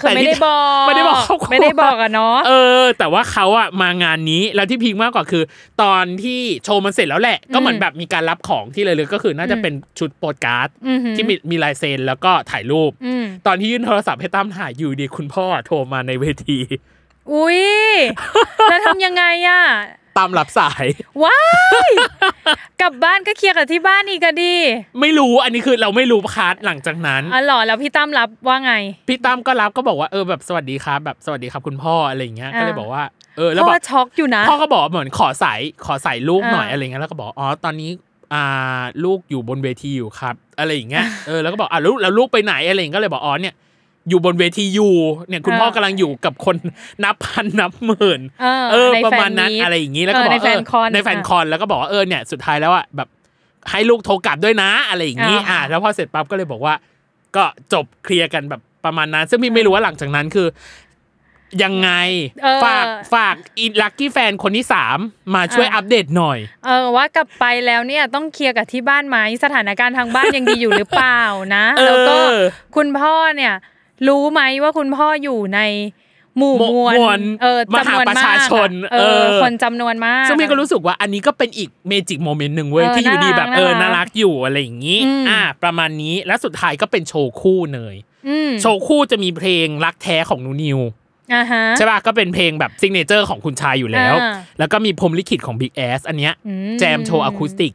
Speaker 2: คือ
Speaker 1: แต่
Speaker 2: ไม่
Speaker 1: นี่
Speaker 2: ได้บอก
Speaker 1: ไม่ได้บอกครอบครัว
Speaker 2: ไม่ได้บอกอะเนาะ
Speaker 1: เออ แต่ว่าเขาอ่ะมางานนี้แล้วที่พีคมากกว่าคือ ตอนที่โชว์มันเสร็จแล้วแหละ ก็เหมือนแบบมีการรับของที่เลยเลยก็คือน่าจะเป็นชุดโปสการ์ด
Speaker 2: อือหือ
Speaker 1: ที่มีมีลายเซ็นแล้วก็ถ่ายรูป
Speaker 2: อืม
Speaker 1: ตอนที่ยื่นโทรศัพท์ให้ตั้มถ่ายอยู่ดีคุณพ่อโทรมาในเวที
Speaker 2: อุ้ยแล้วทำยังไงอะ
Speaker 1: ตามรับสาย
Speaker 2: ว้าย กลับบ้านก็เคลียร์กับที่บ้านอีกอะดิ
Speaker 1: ไม่รู้อันนี้คือเราไม่รู้พาร์ทหลังจากนั้น
Speaker 2: อ๋อเหรอแล้วพี่ตั้มรับว่าไง
Speaker 1: พี่ตั้มก็รับก็บอกว่าเออแบบสวัสดีครับแบบสวัสดีครับคุณพ่ออะไรอย่างเงี้ย
Speaker 2: อ่า
Speaker 1: ก็เลยบอกว่าเออแล้ว
Speaker 2: พ่
Speaker 1: บอ
Speaker 2: อก ช็อกอยู่นะ
Speaker 1: พ่อก็บอกเหมือนขอสายขอสายลูกหน่อย
Speaker 2: อ่า
Speaker 1: อะไรเงี้ยแล้วก็บอกอ๋อตอนนี้อ่าลูกอยู่บนเวทีอยู่ครับอะไรอย่างเงี้ยเออแล้วก็บอกอ่ะลูกแล้วลูกไปไหนอะไรอย่างเงี้ยก็เลยบอกอ๋อเนี่ย อยู่บนเวทีอยู่เนี่ยคุณพ่อกำลังอยู่กับคน นับพันนับหมื่น
Speaker 2: เออ
Speaker 1: เออ
Speaker 2: ใน
Speaker 1: ประ
Speaker 2: แฟ
Speaker 1: มาณนั้น
Speaker 2: ต
Speaker 1: อะไรอย่างนี้แล้วก็บอก
Speaker 2: เในแฟน
Speaker 1: เ
Speaker 2: คอน
Speaker 1: ในแฟนค
Speaker 2: อะ
Speaker 1: อนแล้วก็บอกว่าเออเนี่ยสุดท้ายแล้วอ่ะแบบให้ลูกโทรกลับด้วยนะอะไรอย่างนี้
Speaker 2: อ่า
Speaker 1: อ่าแล้วพอเสร็จปั๊บก็เลยบอกว่า ก็จบเคลียร์กันแบบประมาณนั้น ซึ่งพี่ไม่รู้ว่าหลังจากนั้นคือ ยังไง
Speaker 2: เออ
Speaker 1: ฝากฝากอีลักกี้แฟนคนที่สามมาช่วยอัปเดตหน่อย
Speaker 2: เออว่ากลับไปแล้วเนี่ยต้องเคลียร์กับที่บ้านไหมสถานการณ์ทางบ้านยังดีอยู่หรือเปล่านะ
Speaker 1: เออ
Speaker 2: แล้วก็คุณพ่อเนี่ย รู้ไหมว่าคุณพ่ออยู่ในหมู่มวล
Speaker 1: หมู่มวล
Speaker 2: เออ
Speaker 1: มหา
Speaker 2: จำนวน
Speaker 1: ประ
Speaker 2: มาก
Speaker 1: ชาชน
Speaker 2: เอ
Speaker 1: เอ
Speaker 2: อ
Speaker 1: อ
Speaker 2: คนจำนวนมาก
Speaker 1: ซึ่งพี่ก็รู้สึกว่าอันนี้ก็เป็นอีกเมจิกโมเมนต์หนึ่งเว้ย
Speaker 2: เออ
Speaker 1: ที่อยู่ดี
Speaker 2: น่ารัก
Speaker 1: แบบเออ
Speaker 2: น่ารัก
Speaker 1: น่ารักอยู่อะไรอย่างนี้
Speaker 2: อืม
Speaker 1: อ่า ประมาณนี้และสุดท้ายก็เป็นโชว์คู่เนย
Speaker 2: อืม
Speaker 1: โชว์คู่จะมีเพลงรักแท้ของนูนิว
Speaker 2: อ่าฮะ
Speaker 1: ใช่ป่ะก็เป็นเพลงแบบซิงเนเจอร์ของคุณชายอยู่แล้ว
Speaker 2: อ่า
Speaker 1: แล้วก็มีพรหมลิขิตของ Big Ass อันเนี้ย
Speaker 2: อืม
Speaker 1: แจมโชว์อะคูสติก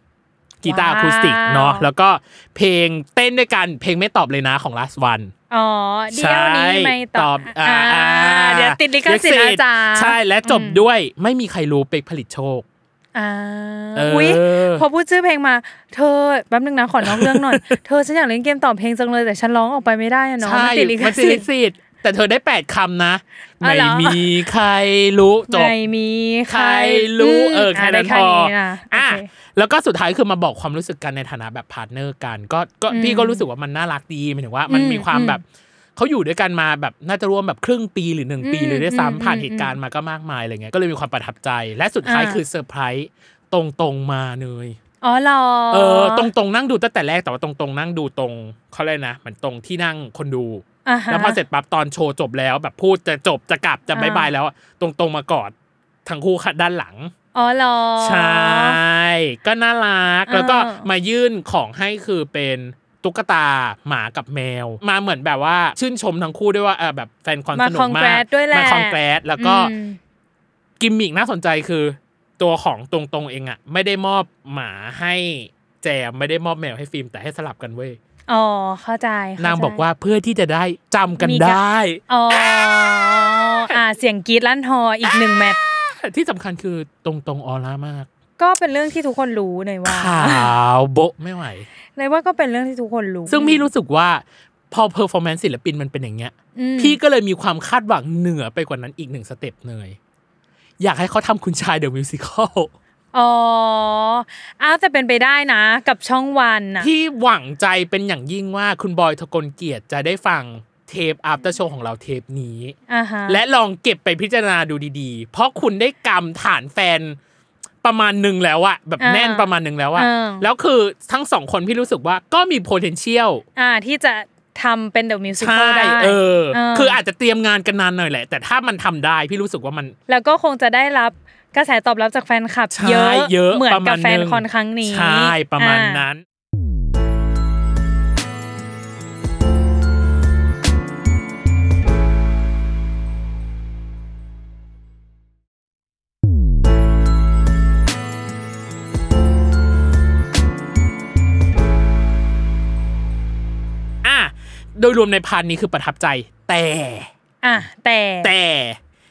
Speaker 1: กีตาร์อะคูสติก
Speaker 2: ว้าว
Speaker 1: เนาะแล้วก็เพลงเต้นด้วยกันเพลงไม่ตอบเลยนะของ last one
Speaker 2: อ๋อเดี๋ยวนี้ไม่ตอบ
Speaker 1: า
Speaker 2: อ่าเดี๋ยวติดลิขสิทธิ์อาจารย์
Speaker 1: ใช่และจบ
Speaker 2: อืม
Speaker 1: ด้วยไม่มีใครรู้เป็กผลิตโชค
Speaker 2: อ่า
Speaker 1: เอออุ๊
Speaker 2: อุ้ยพอพูดชื่อเพลงมา เธอแป๊บนึงนะขอนอกเรื่องหน่อย เธอฉันอยากเล่นเกมตอบเพลงจังเลยแต่ฉันร้องออกไปไม่ได้อะเนาะ
Speaker 1: ใช่
Speaker 2: มันติดลิข
Speaker 1: มันติด
Speaker 2: สิ
Speaker 1: ลิข
Speaker 2: ทธิ์
Speaker 1: สิทธิ์แต่เธอได้ 8คำนะ
Speaker 2: อ๋อ
Speaker 1: ไม่
Speaker 2: เหรอ
Speaker 1: มีใครรู้จบ
Speaker 2: ไม่มี
Speaker 1: ใครรู้เออแค่นั้นพอ
Speaker 2: อ่ะ
Speaker 1: อ่ะ
Speaker 2: ได้แค่นี้นะ
Speaker 1: แล้วก็สุดท้ายคือมาบอกความรู้สึกกันในฐานะแบบพาร์ทเนอร์กันก็ก็
Speaker 2: อืม
Speaker 1: พี่ก็รู้สึกว่ามันน่ารักดีหมายถึงว่ามัน
Speaker 2: อืม
Speaker 1: มีความ
Speaker 2: อืม
Speaker 1: แบบเขาอยู่ด้วยกันมาแบบน่าจะร่วมแบบครึ่งปีหรือหนึ่งปี
Speaker 2: อืม
Speaker 1: เลยด้วย
Speaker 2: อืม
Speaker 1: ซ้ำผ่าน
Speaker 2: อืม
Speaker 1: เหตุการณ์มาก็มากมายอะไรเงี้ยก็เลยมีความประทับใจ และสุดท้าย
Speaker 2: อ่า
Speaker 1: คือเซอร์ไพรส์ตรงตรงๆมาเลย
Speaker 2: อ๋อเหรอ
Speaker 1: เออตรงตรงๆนั่งดูตั้งแต่แรกแต่ว่าตรงตรงๆนั่งดูตรงเขาเลยกนะเหมือนตรงที่นั่งคนดู
Speaker 2: าฮะ
Speaker 1: แล้วพอเสร็จปั๊บตอนโชว์จบแล้ว แบบพูดจะจบจะกลับจะ
Speaker 2: อ่า
Speaker 1: บายบายแล้วอะตรงตรงๆมากอดทั้งคู่ค่ะด้านหลัง
Speaker 2: อ๋อเหรอ
Speaker 1: ใช่ ก็น่ารัก แล้วก็
Speaker 2: เออ
Speaker 1: มายื่นของให้คือเป็นตุ๊กตาหมากับแมว มาเหมือนแบบว่าชื่นชมทั้งคู่ด้วยว่าเออแบบแฟนคอน
Speaker 2: มา
Speaker 1: สนุ
Speaker 2: คอก ง
Speaker 1: มา
Speaker 2: แกร
Speaker 1: ก
Speaker 2: ดด้วยแหละ
Speaker 1: มาคอนแกรดแล้วก็
Speaker 2: อืม
Speaker 1: กิมมิกน่าสนใจคือ ตัวของตรงๆเองอ่ะ ไม่ได้มอบหมาให้แจมไม่ได้มอบแมวให้ฟิล์มแต่ให้สลับกันเว้ย
Speaker 2: อ๋อเข้าใจเข้ใจ
Speaker 1: นางบอกว่าเพื่อที่จะได้จำกันได้
Speaker 2: อ๋ออ่าเสียงกรีดลั่นฮออีกหนึ่งแมตช์
Speaker 1: ที่สำคัญคือตรงๆออร่ามาก
Speaker 2: ก็เป็นเรื่องที่ทุกคนรู้เลยว่า
Speaker 1: ขาวโบะไม่ไหว
Speaker 2: เลยว่าก็เป็นเรื่องที่ทุกคนรู้
Speaker 1: ซึ่งพี่รู้สึกว่าพอเพอร์ฟอร์แมนซ์ศิลปินมันเป็นอย่างเงี้ย
Speaker 2: อืม
Speaker 1: พี่ก็เลยมีความคาดหวังเหนือไปกว่านั้นอีกหนึ่งสเต็ปเนยอยากให้เขาทำคุณชายเดอะมิวสิคล
Speaker 2: อ๋ออ้าวแต่เป็นไปได้นะ กับช่องวันน่ะ
Speaker 1: พี่หวังใจเป็นอย่างยิ่งว่าคุณบอยทกลเกียรติจะได้ฟังเทปอั t เตอร์โชว์ของเราเทปนี้
Speaker 2: อ่าฮะ
Speaker 1: และลองเก็บไปพิจารณาดูดีๆ เพราะคุณได้กำฐานแฟน ประมาณหนึ่งแล้วอะแบบ
Speaker 2: อ่า
Speaker 1: แน่นประมาณหนึ่งแล้วอะ
Speaker 2: อ่า
Speaker 1: แล้วคือทั้งสองคนพี่รู้สึกว่าก็มี potential
Speaker 2: อ่าที่จะทำเป็นเดอะมิวสิค
Speaker 1: ใช่
Speaker 2: ได้
Speaker 1: เออ คืออา
Speaker 2: า
Speaker 1: จจะเตรียมงานกันนานหน่อยแหละ แต่ถ้ามันทำได้พี่รู้สึกว่ามัน
Speaker 2: แล้วก็คงจะได้รับกระแสตอบรับจากแฟนคลับ
Speaker 1: ใช่
Speaker 2: เยอะ
Speaker 1: เยอะ
Speaker 2: เหมือน
Speaker 1: ประมา
Speaker 2: กั
Speaker 1: ณ
Speaker 2: บแฟน
Speaker 1: หนึ่ง
Speaker 2: คอนครั้งนี้
Speaker 1: ใช่ประมาณ
Speaker 2: อ่
Speaker 1: นั้น อ่ะ โดยรวมในพาร์ทนี้คือประทับใจ แต่
Speaker 2: อ่ะแต่
Speaker 1: แต่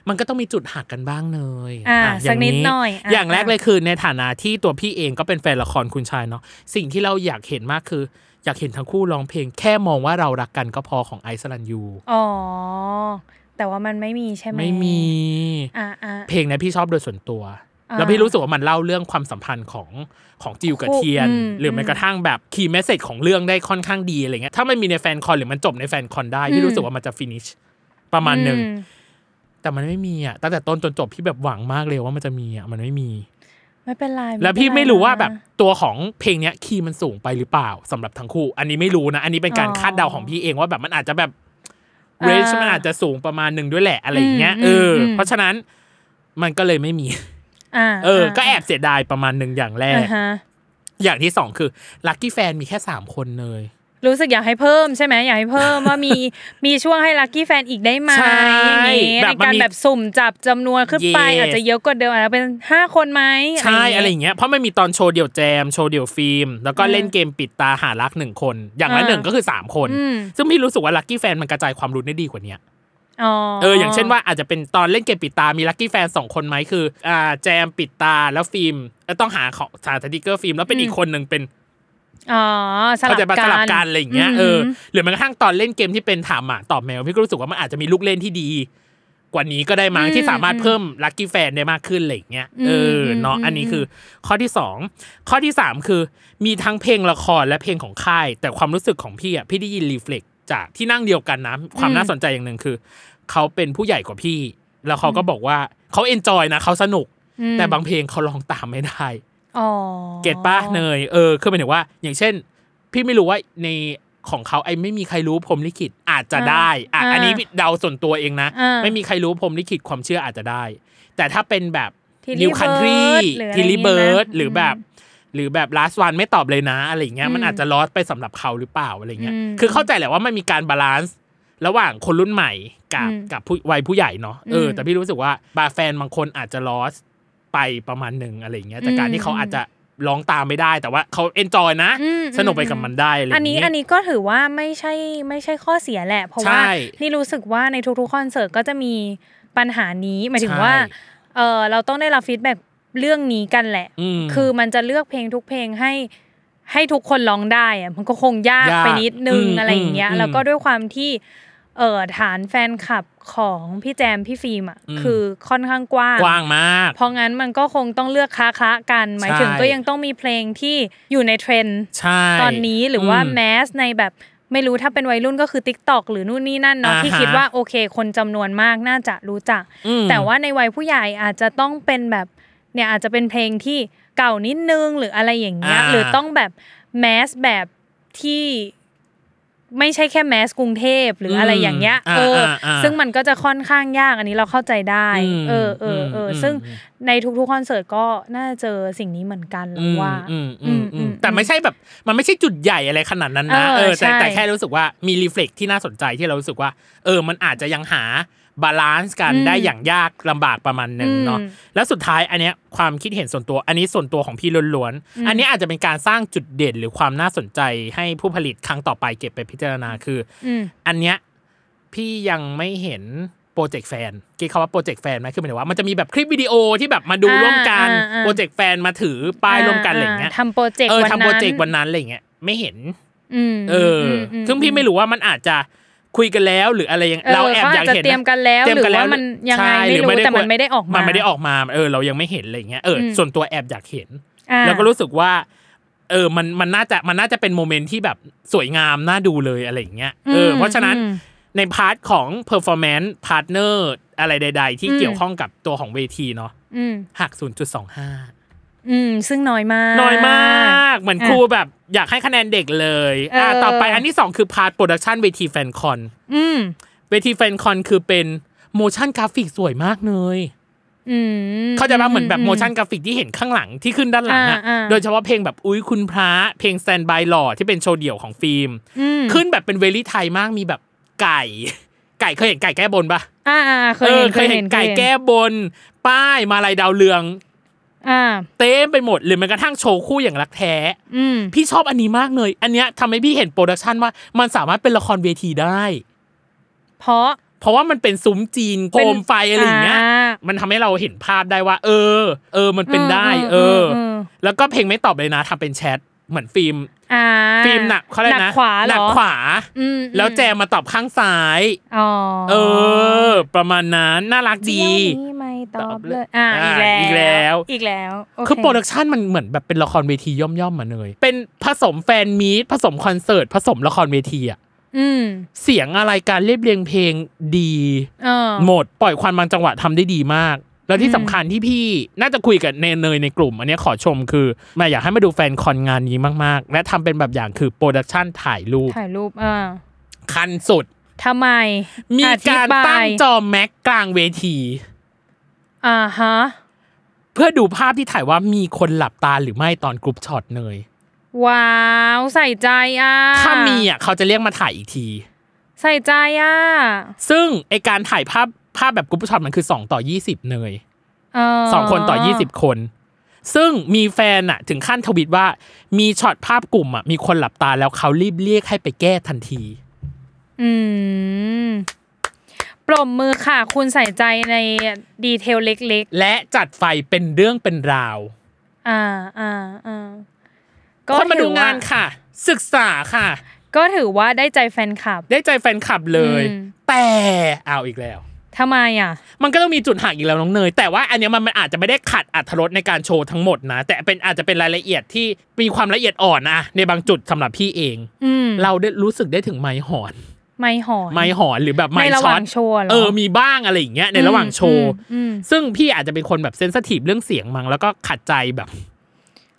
Speaker 1: มันก็ต้องมีจุดหักกันบ้างเลย
Speaker 2: อ่า
Speaker 1: ะ
Speaker 2: สักนิดหน่อยอ่ะ
Speaker 1: อย่างแรก
Speaker 2: อ่ะ
Speaker 1: เลยคือในฐานะที่ตัวพี่เองก็เป็นแฟนละครคุณชายเนาะสิ่งที่เราอยากเห็นมากคือ อยากเห็นทั้งคู่ร้องเพลง แค่มองว่าเรารักกันก็พอของไอซ์ลันยู
Speaker 2: อ๋อ แต่ว่ามันไม่มีใช่ไหม
Speaker 1: ไม่มี
Speaker 2: อ่าอ่า
Speaker 1: เพลงเนี้ยพี่ชอบโดยส่วนตัว
Speaker 2: อ่า
Speaker 1: แล้วพี่รู้สึกว่ามันเล่าเรื่องความสัมพันธ์ของของจิวกับ
Speaker 2: คู่
Speaker 1: เทียน
Speaker 2: อืม
Speaker 1: หรือแม้กระทั่งแบบคีย์เมสเซจของเรื่องได้ค่อนข้างดีอะไรเงี้ยถ้ามันมีในแฟนคอนหรือมันจบในแฟนคอนได้
Speaker 2: อื
Speaker 1: พี่
Speaker 2: ม
Speaker 1: รู้สึกว่ามันจะฟินิชประมาณหนึ่ง แต่มันไม่มีอ่ะตั้งแต่ต้นจนจบพี่แบบหวังมากเลยว่ามันจะมีอ่ะมันไม่มี
Speaker 2: ไม่เป็นไร
Speaker 1: แล้ว
Speaker 2: เป็น
Speaker 1: พี่ไม่รู้ว่าแบบ
Speaker 2: นะ
Speaker 1: ตัวของเพลงเนี้ยคีย์มันสูงไปหรือเปล่าสำหรับทั้งคู่ อันนี้ไม่รู้นะ อันนี้เป็นการ
Speaker 2: อ๋อ
Speaker 1: คาดเดาของพี่เองว่าแบบมันอาจจะแบบ
Speaker 2: อ่า
Speaker 1: เรชมันอาจจะสูงประมาณหนึ่งด้วยแหละอะไรอย่างเงี้ย
Speaker 2: อื
Speaker 1: เออ
Speaker 2: ม
Speaker 1: อ
Speaker 2: ม
Speaker 1: เพราะฉะนั้นมันก็เลยไม่มี
Speaker 2: อ่า
Speaker 1: เออ ก็แอบเสียดายประมาณหนึ่งอย่างแรก
Speaker 2: อ่าฮะ
Speaker 1: อย่างที่สองคือลัคกี้แฟนมีแค่สามคนเลย
Speaker 2: รู้สึกอยากให้เพิ่มใช่ไหมอยากให้เพิ่ม ว่า มีมีช่วงให้ลัคกี้แฟนอีกได้ไหม
Speaker 1: ใช่
Speaker 2: อย่างงี้
Speaker 1: แบ
Speaker 2: ใน
Speaker 1: บมัน
Speaker 2: การ
Speaker 1: มี
Speaker 2: แบบสุ่มจับจำนวนขึ้นไป
Speaker 1: Yes
Speaker 2: อาจจะเยอะกว่าเดิมอาจจะเป็นห้าคนไหม
Speaker 1: ใช่อะไรอ
Speaker 2: เงี้ย
Speaker 1: ย่างเงี้ยเพราะมันมีตอนโชว์เดี่ยวแจมโชว์เดี่ยวฟิล์มแล้วก็
Speaker 2: อืม
Speaker 1: เล่นเกมปิดตาหารักหนึ่งคน อย่างละ
Speaker 2: อ่า
Speaker 1: หนึ่งก็คือสามคน
Speaker 2: อืม
Speaker 1: ซึ่งพี่รู้สึกว่าลัคกี้แฟนมันกระจายความรู้ได้ดีกว่าเนี้ย
Speaker 2: อ๋อ
Speaker 1: เอออย่างเช่นว่าอาจจะเป็นตอนเล่นเกมปิดตา มีลัคกี้แฟนสองคนไหมคืออ่าแจมปิดตาแล้วฟิล์มแล้วต้องหาของสาสติกเกอร์ฟิล์มแล้วเป็นอีกคนหนึ่งเป็น
Speaker 2: อ๋อสลั
Speaker 1: เขา
Speaker 2: บ
Speaker 1: ใจะมา
Speaker 2: กั
Speaker 1: ส
Speaker 2: น
Speaker 1: ลับกันอะไรอย่างเงี้ย
Speaker 2: ม
Speaker 1: เออหรือแม้กระทั่งตอนเล่นเกมที่เป็นถามหมาตอบแมวพี่ก็รู้สึกว่ามันอาจจะมีลูกเล่นที่ดี กว่านี้ก็ได้มั้งที่สามารถเพิ่มลัคกี้แฟนได้มากขึ้นอะไรอย่างเงี้ยเออเนาะอันนี้คือข้อที่สองข้อที่สามคือมีทั้งเพลงละครและเพลงของค่าย แต่ความรู้สึกของพี่อ่ะพี่ได้ยินรีเฟล็กจากที่นั่งเดียวกันนะความน่าสนใจอย่างหนึ่งคือ เขาเป็นผู้ใหญ่กว่าพี่ แล้วเขาก็บอกว่าเขาเอนจอยนะเขาสนุก
Speaker 2: อืม
Speaker 1: แต่บางเพลงเขาร้องตามไม่ได้
Speaker 2: อ๋อ
Speaker 1: เก็ตป้าเนยเออคือหมายถึงว่า อย่างเช่น พี่ไม่รู้ว่าในของเขาไอ้ไม่มีใครรู้พรหมลิขิตอาจจะได้อ่ะอันนี้เดาส่วนตัวเองนะ
Speaker 2: อ่า
Speaker 1: ไม่มีใครรู้พรหมลิขิตความเชื่ออาจจะได้ แต่ถ้าเป็นแบบ
Speaker 2: Tilly
Speaker 1: New Country
Speaker 2: Bird หรืออะไร
Speaker 1: t i l l y
Speaker 2: อย่างเงี้ยนะ
Speaker 1: Bird หรือแบบ หรือแบบ last one ไม่ตอบเลยนะอะไรอย่างเงี้ยมัน
Speaker 2: อืม
Speaker 1: อาจจะลอสไปสำหรับเขาหรือเปล่าอะไรเงี้ย
Speaker 2: อืม
Speaker 1: คือเข้าใจแหละว่ามันมีการบาลานซ์ระหว่างคนรุ่นใหม่กับ
Speaker 2: อืม
Speaker 1: กับผู้วัยผู้ใหญ่เนาะเอออ
Speaker 2: ม
Speaker 1: แต่พี่รู้สึกว่าบาร์แฟนบางคนอาจจะลอสไปประมาณหนึ่งอะไรอย่างเงี้ยจากการที่เขา
Speaker 2: อืม
Speaker 1: อาจจะร้องตามไม่ได้ แต่ว่าเขาเอนจอยนะ
Speaker 2: อืม
Speaker 1: สนุกไปกับมันได้อะไรอ
Speaker 2: อัน
Speaker 1: ย่าง
Speaker 2: นี้
Speaker 1: งี้
Speaker 2: อันนี้ก็ถือว่าไม่ใช่ไม่ใช่ข้อเสียแหละ เพราะว่า
Speaker 1: ใช่
Speaker 2: นี่รู้สึกว่าในทุกๆคอนเสิร์ตก็จะมีปัญหานี้หมายถึง
Speaker 1: ใช่
Speaker 2: ว่าเออเราต้องได้รับฟีดแบ็กเรื่องนี้กันแหละ
Speaker 1: ม
Speaker 2: คือมันจะเลือกเพลงทุกเพลงให้ให้ทุกคนร้องได้อะมันก็คงยาก
Speaker 1: ยาก
Speaker 2: ไปนิดนึง
Speaker 1: อืม
Speaker 2: อะไรอย่างเงี้ย
Speaker 1: อืม
Speaker 2: แล้วก็ด้วยความที่เออฐานแฟนคลับของพี่แจมพี่ฟิล์มอ่ะ
Speaker 1: อืม
Speaker 2: คือค่อนข้างกว้าง
Speaker 1: กว้างมาก
Speaker 2: เพราะงั้นมันก็คงต้องเลือกค้าค้าๆกัน หมายถึง
Speaker 1: ใช่
Speaker 2: ก็ยังต้องมีเพลงที่อยู่ในเทรนด์
Speaker 1: ใช่
Speaker 2: ตอนนี้หรือว่า
Speaker 1: แม
Speaker 2: แมสในแบบไม่รู้ถ้าเป็นวัยรุ่นก็คือ Tik t o อกหรือนู่นนี่นั่นเนาะ
Speaker 1: อ่าฮะ
Speaker 2: ที่คิดว่าโอเค คนจำนวนมากน่าจะรู้จัก แต่ว่าในวัยผู้ใหญ่อาจจะต้องเป็นแบบเนี่ยอาจจะเป็นเพลงที่เก่านิดนึงหรืออะไรอย่างเงี้ย
Speaker 1: อ่า
Speaker 2: หรือต้องแบบแมสแบบที่ไม่ใช่แค่แมสกรุงเทพหรืออะไรอย่างเงี้ยเอออ ซึ่งมันก็จะค่อนข้างยากอันนี้เราเข้าใจได้ เออเออเอออซึ่งในทุกๆคอนเสิร์ตก็น่าจะเจอสิ่งนี้เหมือนกันเราว่า
Speaker 1: อืมอืม
Speaker 2: อื
Speaker 1: อื
Speaker 2: ม
Speaker 1: มแต่ไม่ใช่แบบมันไม่ใช่จุดใหญ่อะไรขนาดนั้นนะ
Speaker 2: เออ
Speaker 1: เออแต่
Speaker 2: ใช่
Speaker 1: แต่แค่รู้สึกว่ามีรีเฟล็กที่น่าสนใจที่เรารู้สึกว่า เออ มันอาจจะยังหาบาลานซ์กันได้อย่างยากลำบากประมาณหนึ่งเนาะ
Speaker 2: อืม
Speaker 1: แล้วสุดท้ายอันเนี้ยความคิดเห็นส่วนตัว อันนี้ส่วนตัวของพี่ล้วน
Speaker 2: อืม
Speaker 1: ๆอันนี้อาจจะเป็นการสร้างจุดเด่นหรือความน่าสนใจให้ผู้ผลิตครั้งต่อไปเก็บไปพิจารณาคือ
Speaker 2: อืม
Speaker 1: อันเนี้ยพี่ยังไม่เห็นโปรเจกต์แฟนกี่คำว่าโปรเจกต์แฟนไหมคือหมายถึงว่ามันจะมีแบบคลิปวิดีโอที่แบบมาดู
Speaker 2: อ่า
Speaker 1: ร่วมกัน
Speaker 2: อ่าอ่า
Speaker 1: โปรเจกต์แฟนมาถือป้ายร่วมกันอะไรอย่างเงี้ย
Speaker 2: ทำโปรเจกต์
Speaker 1: เออ
Speaker 2: วันนั้น
Speaker 1: ทำโปรเจกต์วันนั้นอะไรอย่างเงี้ยไม่เห็น
Speaker 2: อืม
Speaker 1: เออ
Speaker 2: ม
Speaker 1: อ
Speaker 2: ม
Speaker 1: ซึ่งพี่ไม่รู้ว่ามันอาจจะคุยกันแล้วหรืออะไรยัง
Speaker 2: เออ
Speaker 1: เราแอบ
Speaker 2: ข
Speaker 1: อยาก
Speaker 2: จะ
Speaker 1: เห็นนะ
Speaker 2: เตรียมกันแล้ว
Speaker 1: เตรีย
Speaker 2: หรือ
Speaker 1: กั
Speaker 2: ว่ามันยังไง
Speaker 1: ใช่
Speaker 2: ไม่
Speaker 1: หอ
Speaker 2: รู้แต่
Speaker 1: ค
Speaker 2: มัน
Speaker 1: วร
Speaker 2: ไม่ได้ออกมามั
Speaker 1: นไม่ได้ออกมาเออเรายังไม่เห็นอะไรอย่างเงี้ยเอออ
Speaker 2: ม
Speaker 1: ส่วนตัวแอบอยากเห็น แล้วก็รู้สึกว่า เออ มัน มันน่าจะ มันน่าจะเป็นโมเมนต์ที่แบบสวยงาม น่าดูเลยอะไรอย่างเงี้ย เออ เพราะฉะนั้นในพาร์ทของ performance partner อะไรใด ๆ ที่
Speaker 2: อืม
Speaker 1: เกี่ยวข้องกับตัวของเวทีเนาะ หัก 0.25
Speaker 2: อืม ซึ่งน้อยมาก
Speaker 1: น้อยมาก เหมือน
Speaker 2: อ่ะ
Speaker 1: ครูแบบอยากให้คะแนนเด็กเลยอ่ะ
Speaker 2: เออ
Speaker 1: ต่อไปอันที่สองคือพาร์ทโปรดักชันเวทีแฟนคอน
Speaker 2: อืม
Speaker 1: เวทีแฟนคอนคือเป็นโมชั่นกราฟิกสวยมากเลย
Speaker 2: อืม
Speaker 1: เข้าใจป่ะเหมือนแบบโมชั่นกราฟิกที่เห็นข้างหลังที่ขึ้นด้านหลังอ่ะ
Speaker 2: อ่าอ่า
Speaker 1: โดยเฉพาะเพลงแบบอุ้ยคุณพระเพลงแซนบายหล่อที่เป็นโชว์เดี่ยวของฟิล์ม
Speaker 2: อืม
Speaker 1: ขึ้นแบบเป็นเวลี่ไทยมากมีแบบไก่ ไก่เคยเห็นไก่แก้บนปะ
Speaker 2: อ่าอ่าเค
Speaker 1: อ
Speaker 2: ยเห็
Speaker 1: อน
Speaker 2: เคยเห็น
Speaker 1: ไก่แก้บน ป้ายมาลายดาวเรือง
Speaker 2: อ่า
Speaker 1: เต็มไปหมดหรือแม้กระทั่งโชว์คู่อย่างรักแท้
Speaker 2: อืม
Speaker 1: พี่ชอบอันนี้มากเลย อันเนี้ยทำให้พี่เห็นโปรดักชันว่ามันสามารถเป็นละครเวทีได้
Speaker 2: เพราะ
Speaker 1: เพราะว่ามันเป็นซุ้มจีนโค
Speaker 2: เป็น
Speaker 1: มไฟอะไรอย่างเงี้ย
Speaker 2: อ่า
Speaker 1: มันทำให้เราเห็นภาพได้ว่า เออ เออ มันเป็นได้
Speaker 2: เอ
Speaker 1: เอ
Speaker 2: อ
Speaker 1: อ
Speaker 2: เออเออ
Speaker 1: แล้วก็เพลงไม่ตอบเลยนะทำเป็นแชทเหมือนฟิล์ม
Speaker 2: อ่า
Speaker 1: ฟิล์มหนักเขาเลยกนะ
Speaker 2: หนักขวาเหรอ
Speaker 1: หนักขวา
Speaker 2: อืม
Speaker 1: แล้วแจมมาตอบข้างซ้าย
Speaker 2: อ๋อ
Speaker 1: เออ ประมาณนั้นน่ารักดี
Speaker 2: เที่ยวนี้ไม่ตอบเลย อ่า
Speaker 1: อ่าอี
Speaker 2: อีก
Speaker 1: กแล้
Speaker 2: แล้ว
Speaker 1: ว
Speaker 2: อีกแล้วโเ
Speaker 1: คือโปรดักชันมันเหมือนแบบเป็นละครเวทีย่อมๆมาเลย เป็นผสมแฟนมีตผสมคอนเสิร์ตผสมละครเวทีอะ
Speaker 2: อืม
Speaker 1: เสียงอะไรการเรียบเรียงเพลงดี
Speaker 2: เออ
Speaker 1: หมด ปล่อยควันบางจังหวะทำได้ดีมาก แล้ว
Speaker 2: อื
Speaker 1: ที่
Speaker 2: ม
Speaker 1: สำคัญที่พี่น่าจะคุยกับเนเนยในกลุ่ม อันเนี้ยขอชมคือมาอยากให้มาดูแฟนคอนงานนี้มากๆ และทำเป็นแบบอย่างคือโปรดักชันถ่ายรูป
Speaker 2: ถ่ายรูปอ่า
Speaker 1: คันสุด
Speaker 2: ทำไม
Speaker 1: มีการ
Speaker 2: อธิบย
Speaker 1: ตั้งจอแม็กกลางเวที
Speaker 2: อ่าฮะ
Speaker 1: เพื่อดูภาพที่ถ่ายว่ามีคนหลับตาหรือไม่ตอนกรุ๊ปช็อตเนย
Speaker 2: ว้าวใส่ใจอ่ะ
Speaker 1: ถ้ามีอ่ะเขาจะเรียกมาถ่ายอีกที
Speaker 2: ใส่ใจอ่ะ
Speaker 1: ซึ่งไอการถ่ายภาพภาพแบบกรุ๊ปช็อตมันคือ 2 ต่อ 20 เนย
Speaker 2: เ
Speaker 1: สองคนต่อยี่สิบคน ซึ่งมีแฟนอะถึงขั้นทวิตว่า มีช็อตภาพกลุ่มอะมีคนหลับตาแล้วเขารีบเรียกให้ไปแก้ทันที
Speaker 2: อืมปรบมือค่ะ คุณใส่ใจในดีเทลเล็ก
Speaker 1: และจัดไฟเป็นเรื่องเป็นราว
Speaker 2: ๆ อ่าอ่าอ่า
Speaker 1: คนมา
Speaker 2: ถื
Speaker 1: ดู
Speaker 2: อว่
Speaker 1: งานค่ะ ศึกษาค่ะ
Speaker 2: ก็ถือว่าได้ใจแฟนคลับ
Speaker 1: ได้ใจแฟนคลับเลย
Speaker 2: อืม
Speaker 1: แต่เอาอีกแล้ว
Speaker 2: ทำไมอ่ะ
Speaker 1: มันก็ต้องมีจุดหักอีกแล้วน้องเนย แต่ว่าอันเนี้ยมันมันอาจจะไม่ได้ขัดอัธรสในการโชว์ทั้งหมดนะ แต่เป็นอาจจะเป็นรายละเอียดที่มีความละเอียดอ่อนนะในบางจุดสำหรับพี่เอง
Speaker 2: อืม
Speaker 1: เราได้รู้สึกได้ถึงไม้หอน
Speaker 2: ไม่หอน
Speaker 1: ไม้หอนหรือแบบไม้
Speaker 2: ในระ
Speaker 1: ช็อ
Speaker 2: หว่าง
Speaker 1: ต
Speaker 2: โชว์เหรอ
Speaker 1: เออมีบ้างอะไรอย่างเงี้ยในระหว่างโชว์
Speaker 2: อืมอืม
Speaker 1: ซึ่งพี่อาจจะเป็นคนแบบเซนซิทีฟเรื่องเสียงมั้งแล้วก็ขัดใจแบบ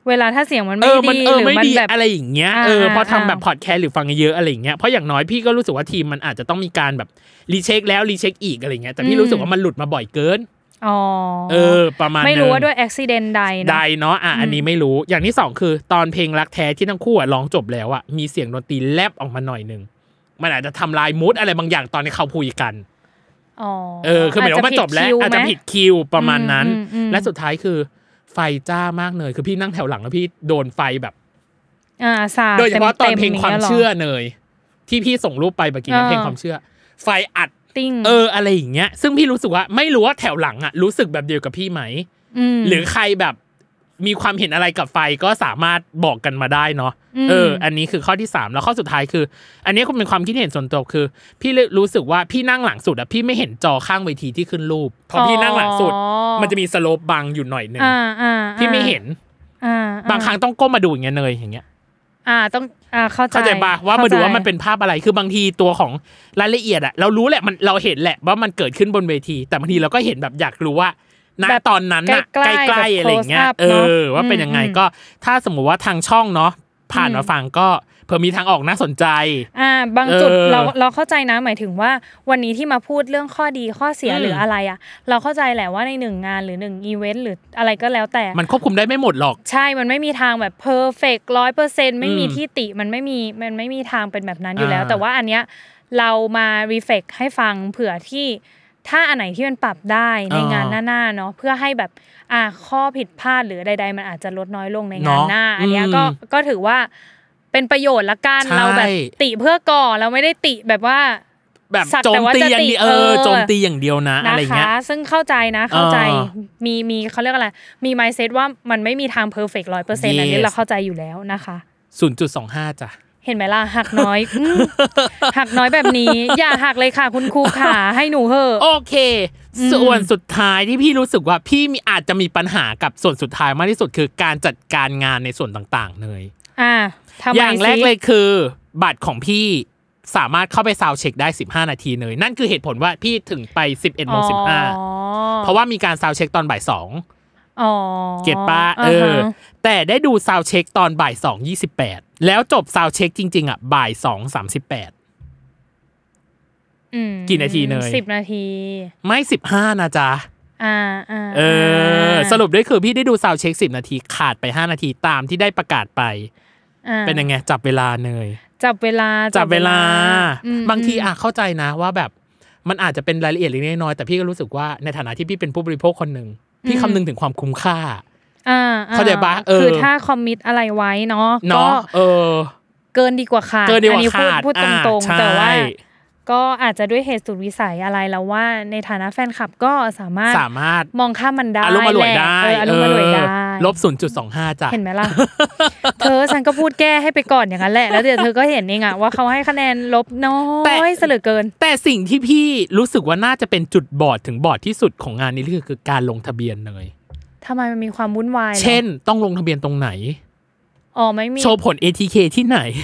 Speaker 2: เวลาถ้าเสียงมัน
Speaker 1: เออมั
Speaker 2: ไม่
Speaker 1: น
Speaker 2: ดี
Speaker 1: เออ
Speaker 2: หรือ
Speaker 1: ไม่
Speaker 2: มัน
Speaker 1: ดี
Speaker 2: แบบ
Speaker 1: อะไรอย่างเงี้ย
Speaker 2: อ่า
Speaker 1: เออ
Speaker 2: อ่า
Speaker 1: พอทำแบบ
Speaker 2: อ่า
Speaker 1: พอดแคสต์หรือฟังเยอะอะไรอย่างเงี้ยเพราะอย่างน้อยพี่ก็รู้สึกว่าทีมมันอาจจะต้องมีการแบบรีเช็คแล้วรีเช็คอีกอะไรเงี้ยแต่พี่รู้สึกว่ามันหลุดมาบ่อยเกิน
Speaker 2: อ๋อ
Speaker 1: เออ ประมาณ
Speaker 2: ไม่รู้
Speaker 1: นึง
Speaker 2: ว่าด้วยอุบิเหตุใดเนอะ
Speaker 1: ใดเนาะอ่ะอันนี้ไม่รู้อย่างที่สองคือตอนเพลงรักแท้ที่ทั้งคู่อ่ะร้องจบแล้วอ่ะมีเสียงดนตรีแลบออกมาหน่อยหนึงมันอาจจะทำลายมูดอะไรบางอย่างตอนที่เขาพูดกัน
Speaker 2: อ๋อ
Speaker 1: เออคือหมายความว่ามันจบแล้วอา
Speaker 2: อา
Speaker 1: จ
Speaker 2: จจะ
Speaker 1: จะ
Speaker 2: ผิ
Speaker 1: ผิ
Speaker 2: ด
Speaker 1: ด
Speaker 2: คิว
Speaker 1: คิวประมาณนั้น
Speaker 2: อืมอืมอืม
Speaker 1: และสุดท้ายคือไฟจ้ามากเลยคือพี่นั่งแถวหลังแล้วพี่โดนไฟแบบ
Speaker 2: ไหมอ่าสาด
Speaker 1: โดยเฉพาะตอน
Speaker 2: มๆ
Speaker 1: เพลงความ
Speaker 2: ย่ยหร
Speaker 1: เชื่อเนยที่พี่ส่งรูปไปเมื่อกี้นะ
Speaker 2: เออ
Speaker 1: เพลงความเชื่อ ไฟอัด
Speaker 2: ติ้ง
Speaker 1: เอออะไรอย่างเงี้ย ซึ่งพี่รู้สึกว่าไม่รู้ว่าแถวหลังอะรู้สึกแบบเดียวกับพี่ไหม
Speaker 2: ม
Speaker 1: หรือใครแบบมีความเห็นอะไรกับไฟก็สามารถบอกกันมาได้เนาะ
Speaker 2: อืม
Speaker 1: เออ อันนี้คือข้อที่ 3 แล้วข้อสุดท้ายคือ อันนี้คุณเป็นความคิดเห็นส่วนตัวคือ พี่รู้สึกว่าพี่นั่งหลังสุดอะพี่ไม่เห็นจอข้างเวทีที่ขึ้นรูปเพราะพี่นั่งหลังสุด มันจะมีสโลปบังอยู่หน่อยหนึ่ง
Speaker 2: อ่าอ่า
Speaker 1: ที่ไม่เห็น
Speaker 2: อ่า
Speaker 1: บางครั้งต้องก้มมาดูอย่างเงี้ยเนยอย่างเงี้ย
Speaker 2: อ่าต้องอ่าเข้าใจ
Speaker 1: เข้าใจปะว่ามาดูว่ามัน
Speaker 2: ข้ใจ
Speaker 1: เป็นภาพอะไรคือบางทีตัวของรายละเอียดอะเรารู้แหละมันเราเห็นแหละว่ามันเกิดขึ้นบนเวที แต่บางทีเราก็เห็นแบบอยากรู้ว่าณ
Speaker 2: แบบ
Speaker 1: ตอนนั้นอะ
Speaker 2: ใก
Speaker 1: ใก
Speaker 2: ล้ๆ
Speaker 1: ล้ๆ
Speaker 2: แบบ
Speaker 1: อะไรอย่างเงี้ย
Speaker 2: close up
Speaker 1: เอ
Speaker 2: เนอะ
Speaker 1: อ ว่าเป็นยังไง
Speaker 2: อืม
Speaker 1: ก็ถ้าสมมติว่าทางช่องเนาะผ่านมาฟังก็เผื่อมีทางออกน่าสนใจ
Speaker 2: อ่าบางจุด
Speaker 1: เออ
Speaker 2: เราเราเข้าใจนะหมายถึงว่าวันนี้ที่มาพูดเรื่องข้อดีข้อเสีย
Speaker 1: อืม
Speaker 2: หรืออะไรอ่ะ เราเข้าใจแหละว่าในหนึ่งงานหรือหนึ่งอีเวนต์หรืออะไรก็แล้วแต่
Speaker 1: มันควบคุมได้ไม่หมดหรอก
Speaker 2: ใช่ มันไม่มีทางแบบเพอร์เฟกร้อยเปอร์เซ็นไม่มี
Speaker 1: อืม
Speaker 2: ที่ติ มันไม่มี มันไม่มีทางเป็นแบบนั้นอยู่แล้ว
Speaker 1: อ่า
Speaker 2: แต่ว่าอันเนี้ยเรามารีเฟกให้ฟังเผื่อที่ถ้าอันไหนที่มันปรับได้ใน
Speaker 1: อ่าง
Speaker 2: งานหน้าๆเนาะเพื่อให้แบบอ่าข้อผิดพลาดหรือใด ๆ มันอาจจะลดน้อยลงในงาน
Speaker 1: เนาะ
Speaker 2: หน้า อันเนี้ย
Speaker 1: อืม
Speaker 2: ก็ก็ถือว่าเป็นประโยชน์ละกัน
Speaker 1: ใช่
Speaker 2: เราแบบติเพื่อก่อเราไม่ได้ติแบบว่า
Speaker 1: แบบ
Speaker 2: สัก
Speaker 1: โจ
Speaker 2: แต่
Speaker 1: ม
Speaker 2: ว่า
Speaker 1: ตี
Speaker 2: จะ
Speaker 1: อย่าง
Speaker 2: ติ
Speaker 1: เดียวเอ
Speaker 2: เอ
Speaker 1: อ
Speaker 2: อ
Speaker 1: โจมตีอย่างเดียวนะอะไรอย่าง
Speaker 2: คะ
Speaker 1: เงี้ย
Speaker 2: ซึ่งเข้าใจนะเข้าใจ
Speaker 1: อ่า
Speaker 2: มีมีเขาเรียกอะไรมีไมเซ็ตว่ามันไม่มีทางเพอร์เฟกร้อยเปอร์เซ็นต์อันนี้
Speaker 1: Yes
Speaker 2: เราเข้าใจอยู่แล้วนะคะ
Speaker 1: 0.25จ้ะ
Speaker 2: เห็นไหมล่ะหักน้อยอืมหักน้อยแบบนี้ อย่าหักเลยค่ะ คุณครู ขาให้หนูเหอะ
Speaker 1: โอเค ส่วนสุดท้ายที่พี่รู้สึกว่าพี่มีอาจจะมีปัญหากับส่วนสุดท้ายมากที่สุดคือการจัดการงานในส่วนต่างๆเลย
Speaker 2: อ่าทำไม
Speaker 1: อย่างแรก
Speaker 2: สิ
Speaker 1: เลยคือ บัตรของพี่สามารถเข้าไปซาวด์เช็คได้ 15 นาทีเลย นั่นคือเหตุผลว่าพี่ถึงไป 11โมง
Speaker 2: อ๋อ
Speaker 1: 15 เพราะว่ามีการซาวด์เช็คตอนบ่ายสอง
Speaker 2: อ๋อ
Speaker 1: เก็ตป้าเออ
Speaker 2: ฮะ
Speaker 1: แต่ได้ดูซาวเช็คตอนบ่ายสองยี่สิบแปดแล้วจบซาวเช็คจริง ๆ อ่ะ บ่ายสองสามสิบแปด
Speaker 2: อืม
Speaker 1: กี่นาทีเนย
Speaker 2: สิบนาที
Speaker 1: ไม่สิบห้านะจ๊ะ
Speaker 2: อ่าอ่า
Speaker 1: เออ สรุปด้วยคือพี่ได้ดูซาวเช็คสิบนาที ขาดไปห้านาทีตามที่ได้ประกาศไป
Speaker 2: อ่า
Speaker 1: เป็นยังไง จับเวลาเนย
Speaker 2: จับเวลา
Speaker 1: จับเวลา
Speaker 2: อืม
Speaker 1: บางที
Speaker 2: ม
Speaker 1: อ่ะเข้าใจนะว่าแบบมันอาจจะเป็นรายละเอียดเล็กๆน้อยๆแต่พี่ก็รู้สึกว่าในฐานะที่พี่เป็นผู้บริโภคคนหนึ่งพี่คำนึงถึงความคุ้มค่า
Speaker 2: อ่า
Speaker 1: เข้าใจปะเออ
Speaker 2: คือถ้าคอมมิตอะไรไว้เนาะก็
Speaker 1: เนาะเออ
Speaker 2: เกินดีกว่าขาด
Speaker 1: เกินดีก
Speaker 2: อั
Speaker 1: ว่า
Speaker 2: พู
Speaker 1: ขาด
Speaker 2: พูดต
Speaker 1: อ่ะ
Speaker 2: รง
Speaker 1: ใช่
Speaker 2: ๆ แต่ว่า ก็อาจจะด้วยเหตุสุดวิสัยอะไรแล้วว่า ในฐานะแฟนคลับก็สามารถ
Speaker 1: สามารถ
Speaker 2: มองข้ามมันได้
Speaker 1: อารมณ์อร่วย
Speaker 2: แหละ
Speaker 1: ได้
Speaker 2: เอออารมณ์อร่วยได้
Speaker 1: ลบศูนย์จุดสองห้าจ้ะ
Speaker 2: เห็นไหมล่ะ เธอฉันก็พูดแก้ให้ไปก่อนอย่างนั้นแหละ แล้วเดี๋ยวเธ อก็เห็นเองอะว่าเขาให้คะแนนลบน้
Speaker 1: แต่
Speaker 2: อยซะเหลือเกิน
Speaker 1: แต่สิ่งที่พี่รู้สึกว่าน่าจะเป็นจุดบอดถึงบอดที่สุดของงานนี้คือคือการลงทะเบียนเลย
Speaker 2: ทำไมมันมีความวุ่นวายหรอ
Speaker 1: เช่นต้องลงทะเบียนตรงไหน
Speaker 2: อ๋อไม่มี
Speaker 1: โชว์ผล ATK ที่ไหน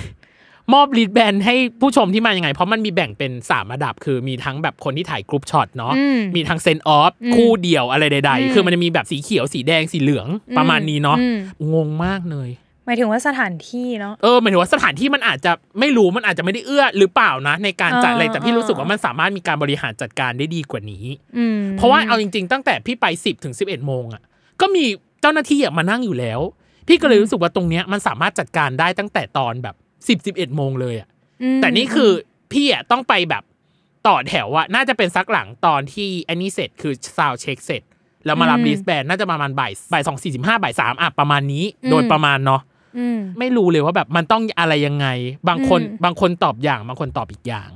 Speaker 1: มอบลีดแบนให้ผู้ชมที่มายังไง เพราะมันมีแบ่งเป็นสามระดับ คือมีทั้งแบบคนที่ถ่ายกรุ๊ปช็อตเนาะ
Speaker 2: อืม
Speaker 1: มีทั้งเซนออฟ
Speaker 2: อืม
Speaker 1: คู่เดี่ยวอะไรใด
Speaker 2: อืม
Speaker 1: ๆ คือมันจะมีแบบสีเขียวสีแดงสีเหลือง
Speaker 2: อื
Speaker 1: ประมาณนี้เนาะ
Speaker 2: อืม
Speaker 1: งงมากเลย
Speaker 2: หมายถึงว่าสถานที่เนาะ
Speaker 1: เออหมายถึงว่าสถานที่มันอาจจะไม่รู้มันอาจจะไม่ได้เอื้อหรือเปล่านะ ในการจัดอะไร
Speaker 2: อ่า
Speaker 1: แต่พี่รู้สึก
Speaker 2: อ่า
Speaker 1: ว่ามันสามารถมีการบริหารจัดการได้ดีกว่านี้
Speaker 2: อืม
Speaker 1: เพราะว่าเอาจริงๆ ตั้งแต่พี่ไป 10ถึง11 โมงอ่ะก็มีเจ้าหน้าที่อะมานั่งอยู่แล้ว พี่ก็เลยรู้สึกว่าตรงเนี้ยมันสามารถจัดการได้ตั้งแต่ตอนแบบ 10 11 โมงเลยอ่ะ
Speaker 2: อืม
Speaker 1: แต่นี่คือพี่อ่ะต้องไปแบบต่อแถวอ่ะน่าจะเป็นซักหลังตอนที่อันนี้เสร็จคือซาวเช็คเสร็จ แล้วมารับรีสแบนน่าจะประมาณบ่ายบ่ายสองสี่สิบห้าบ่ายสามอ่ะประมาณนี้ โดยประมาณเนาะ
Speaker 2: อืม
Speaker 1: ไม่รู้เลยว่าแบบมันต้องอะไรยังไง บางคน
Speaker 2: อืม
Speaker 1: บางคนตอบอย่างบางคนตอบอีกอย่าง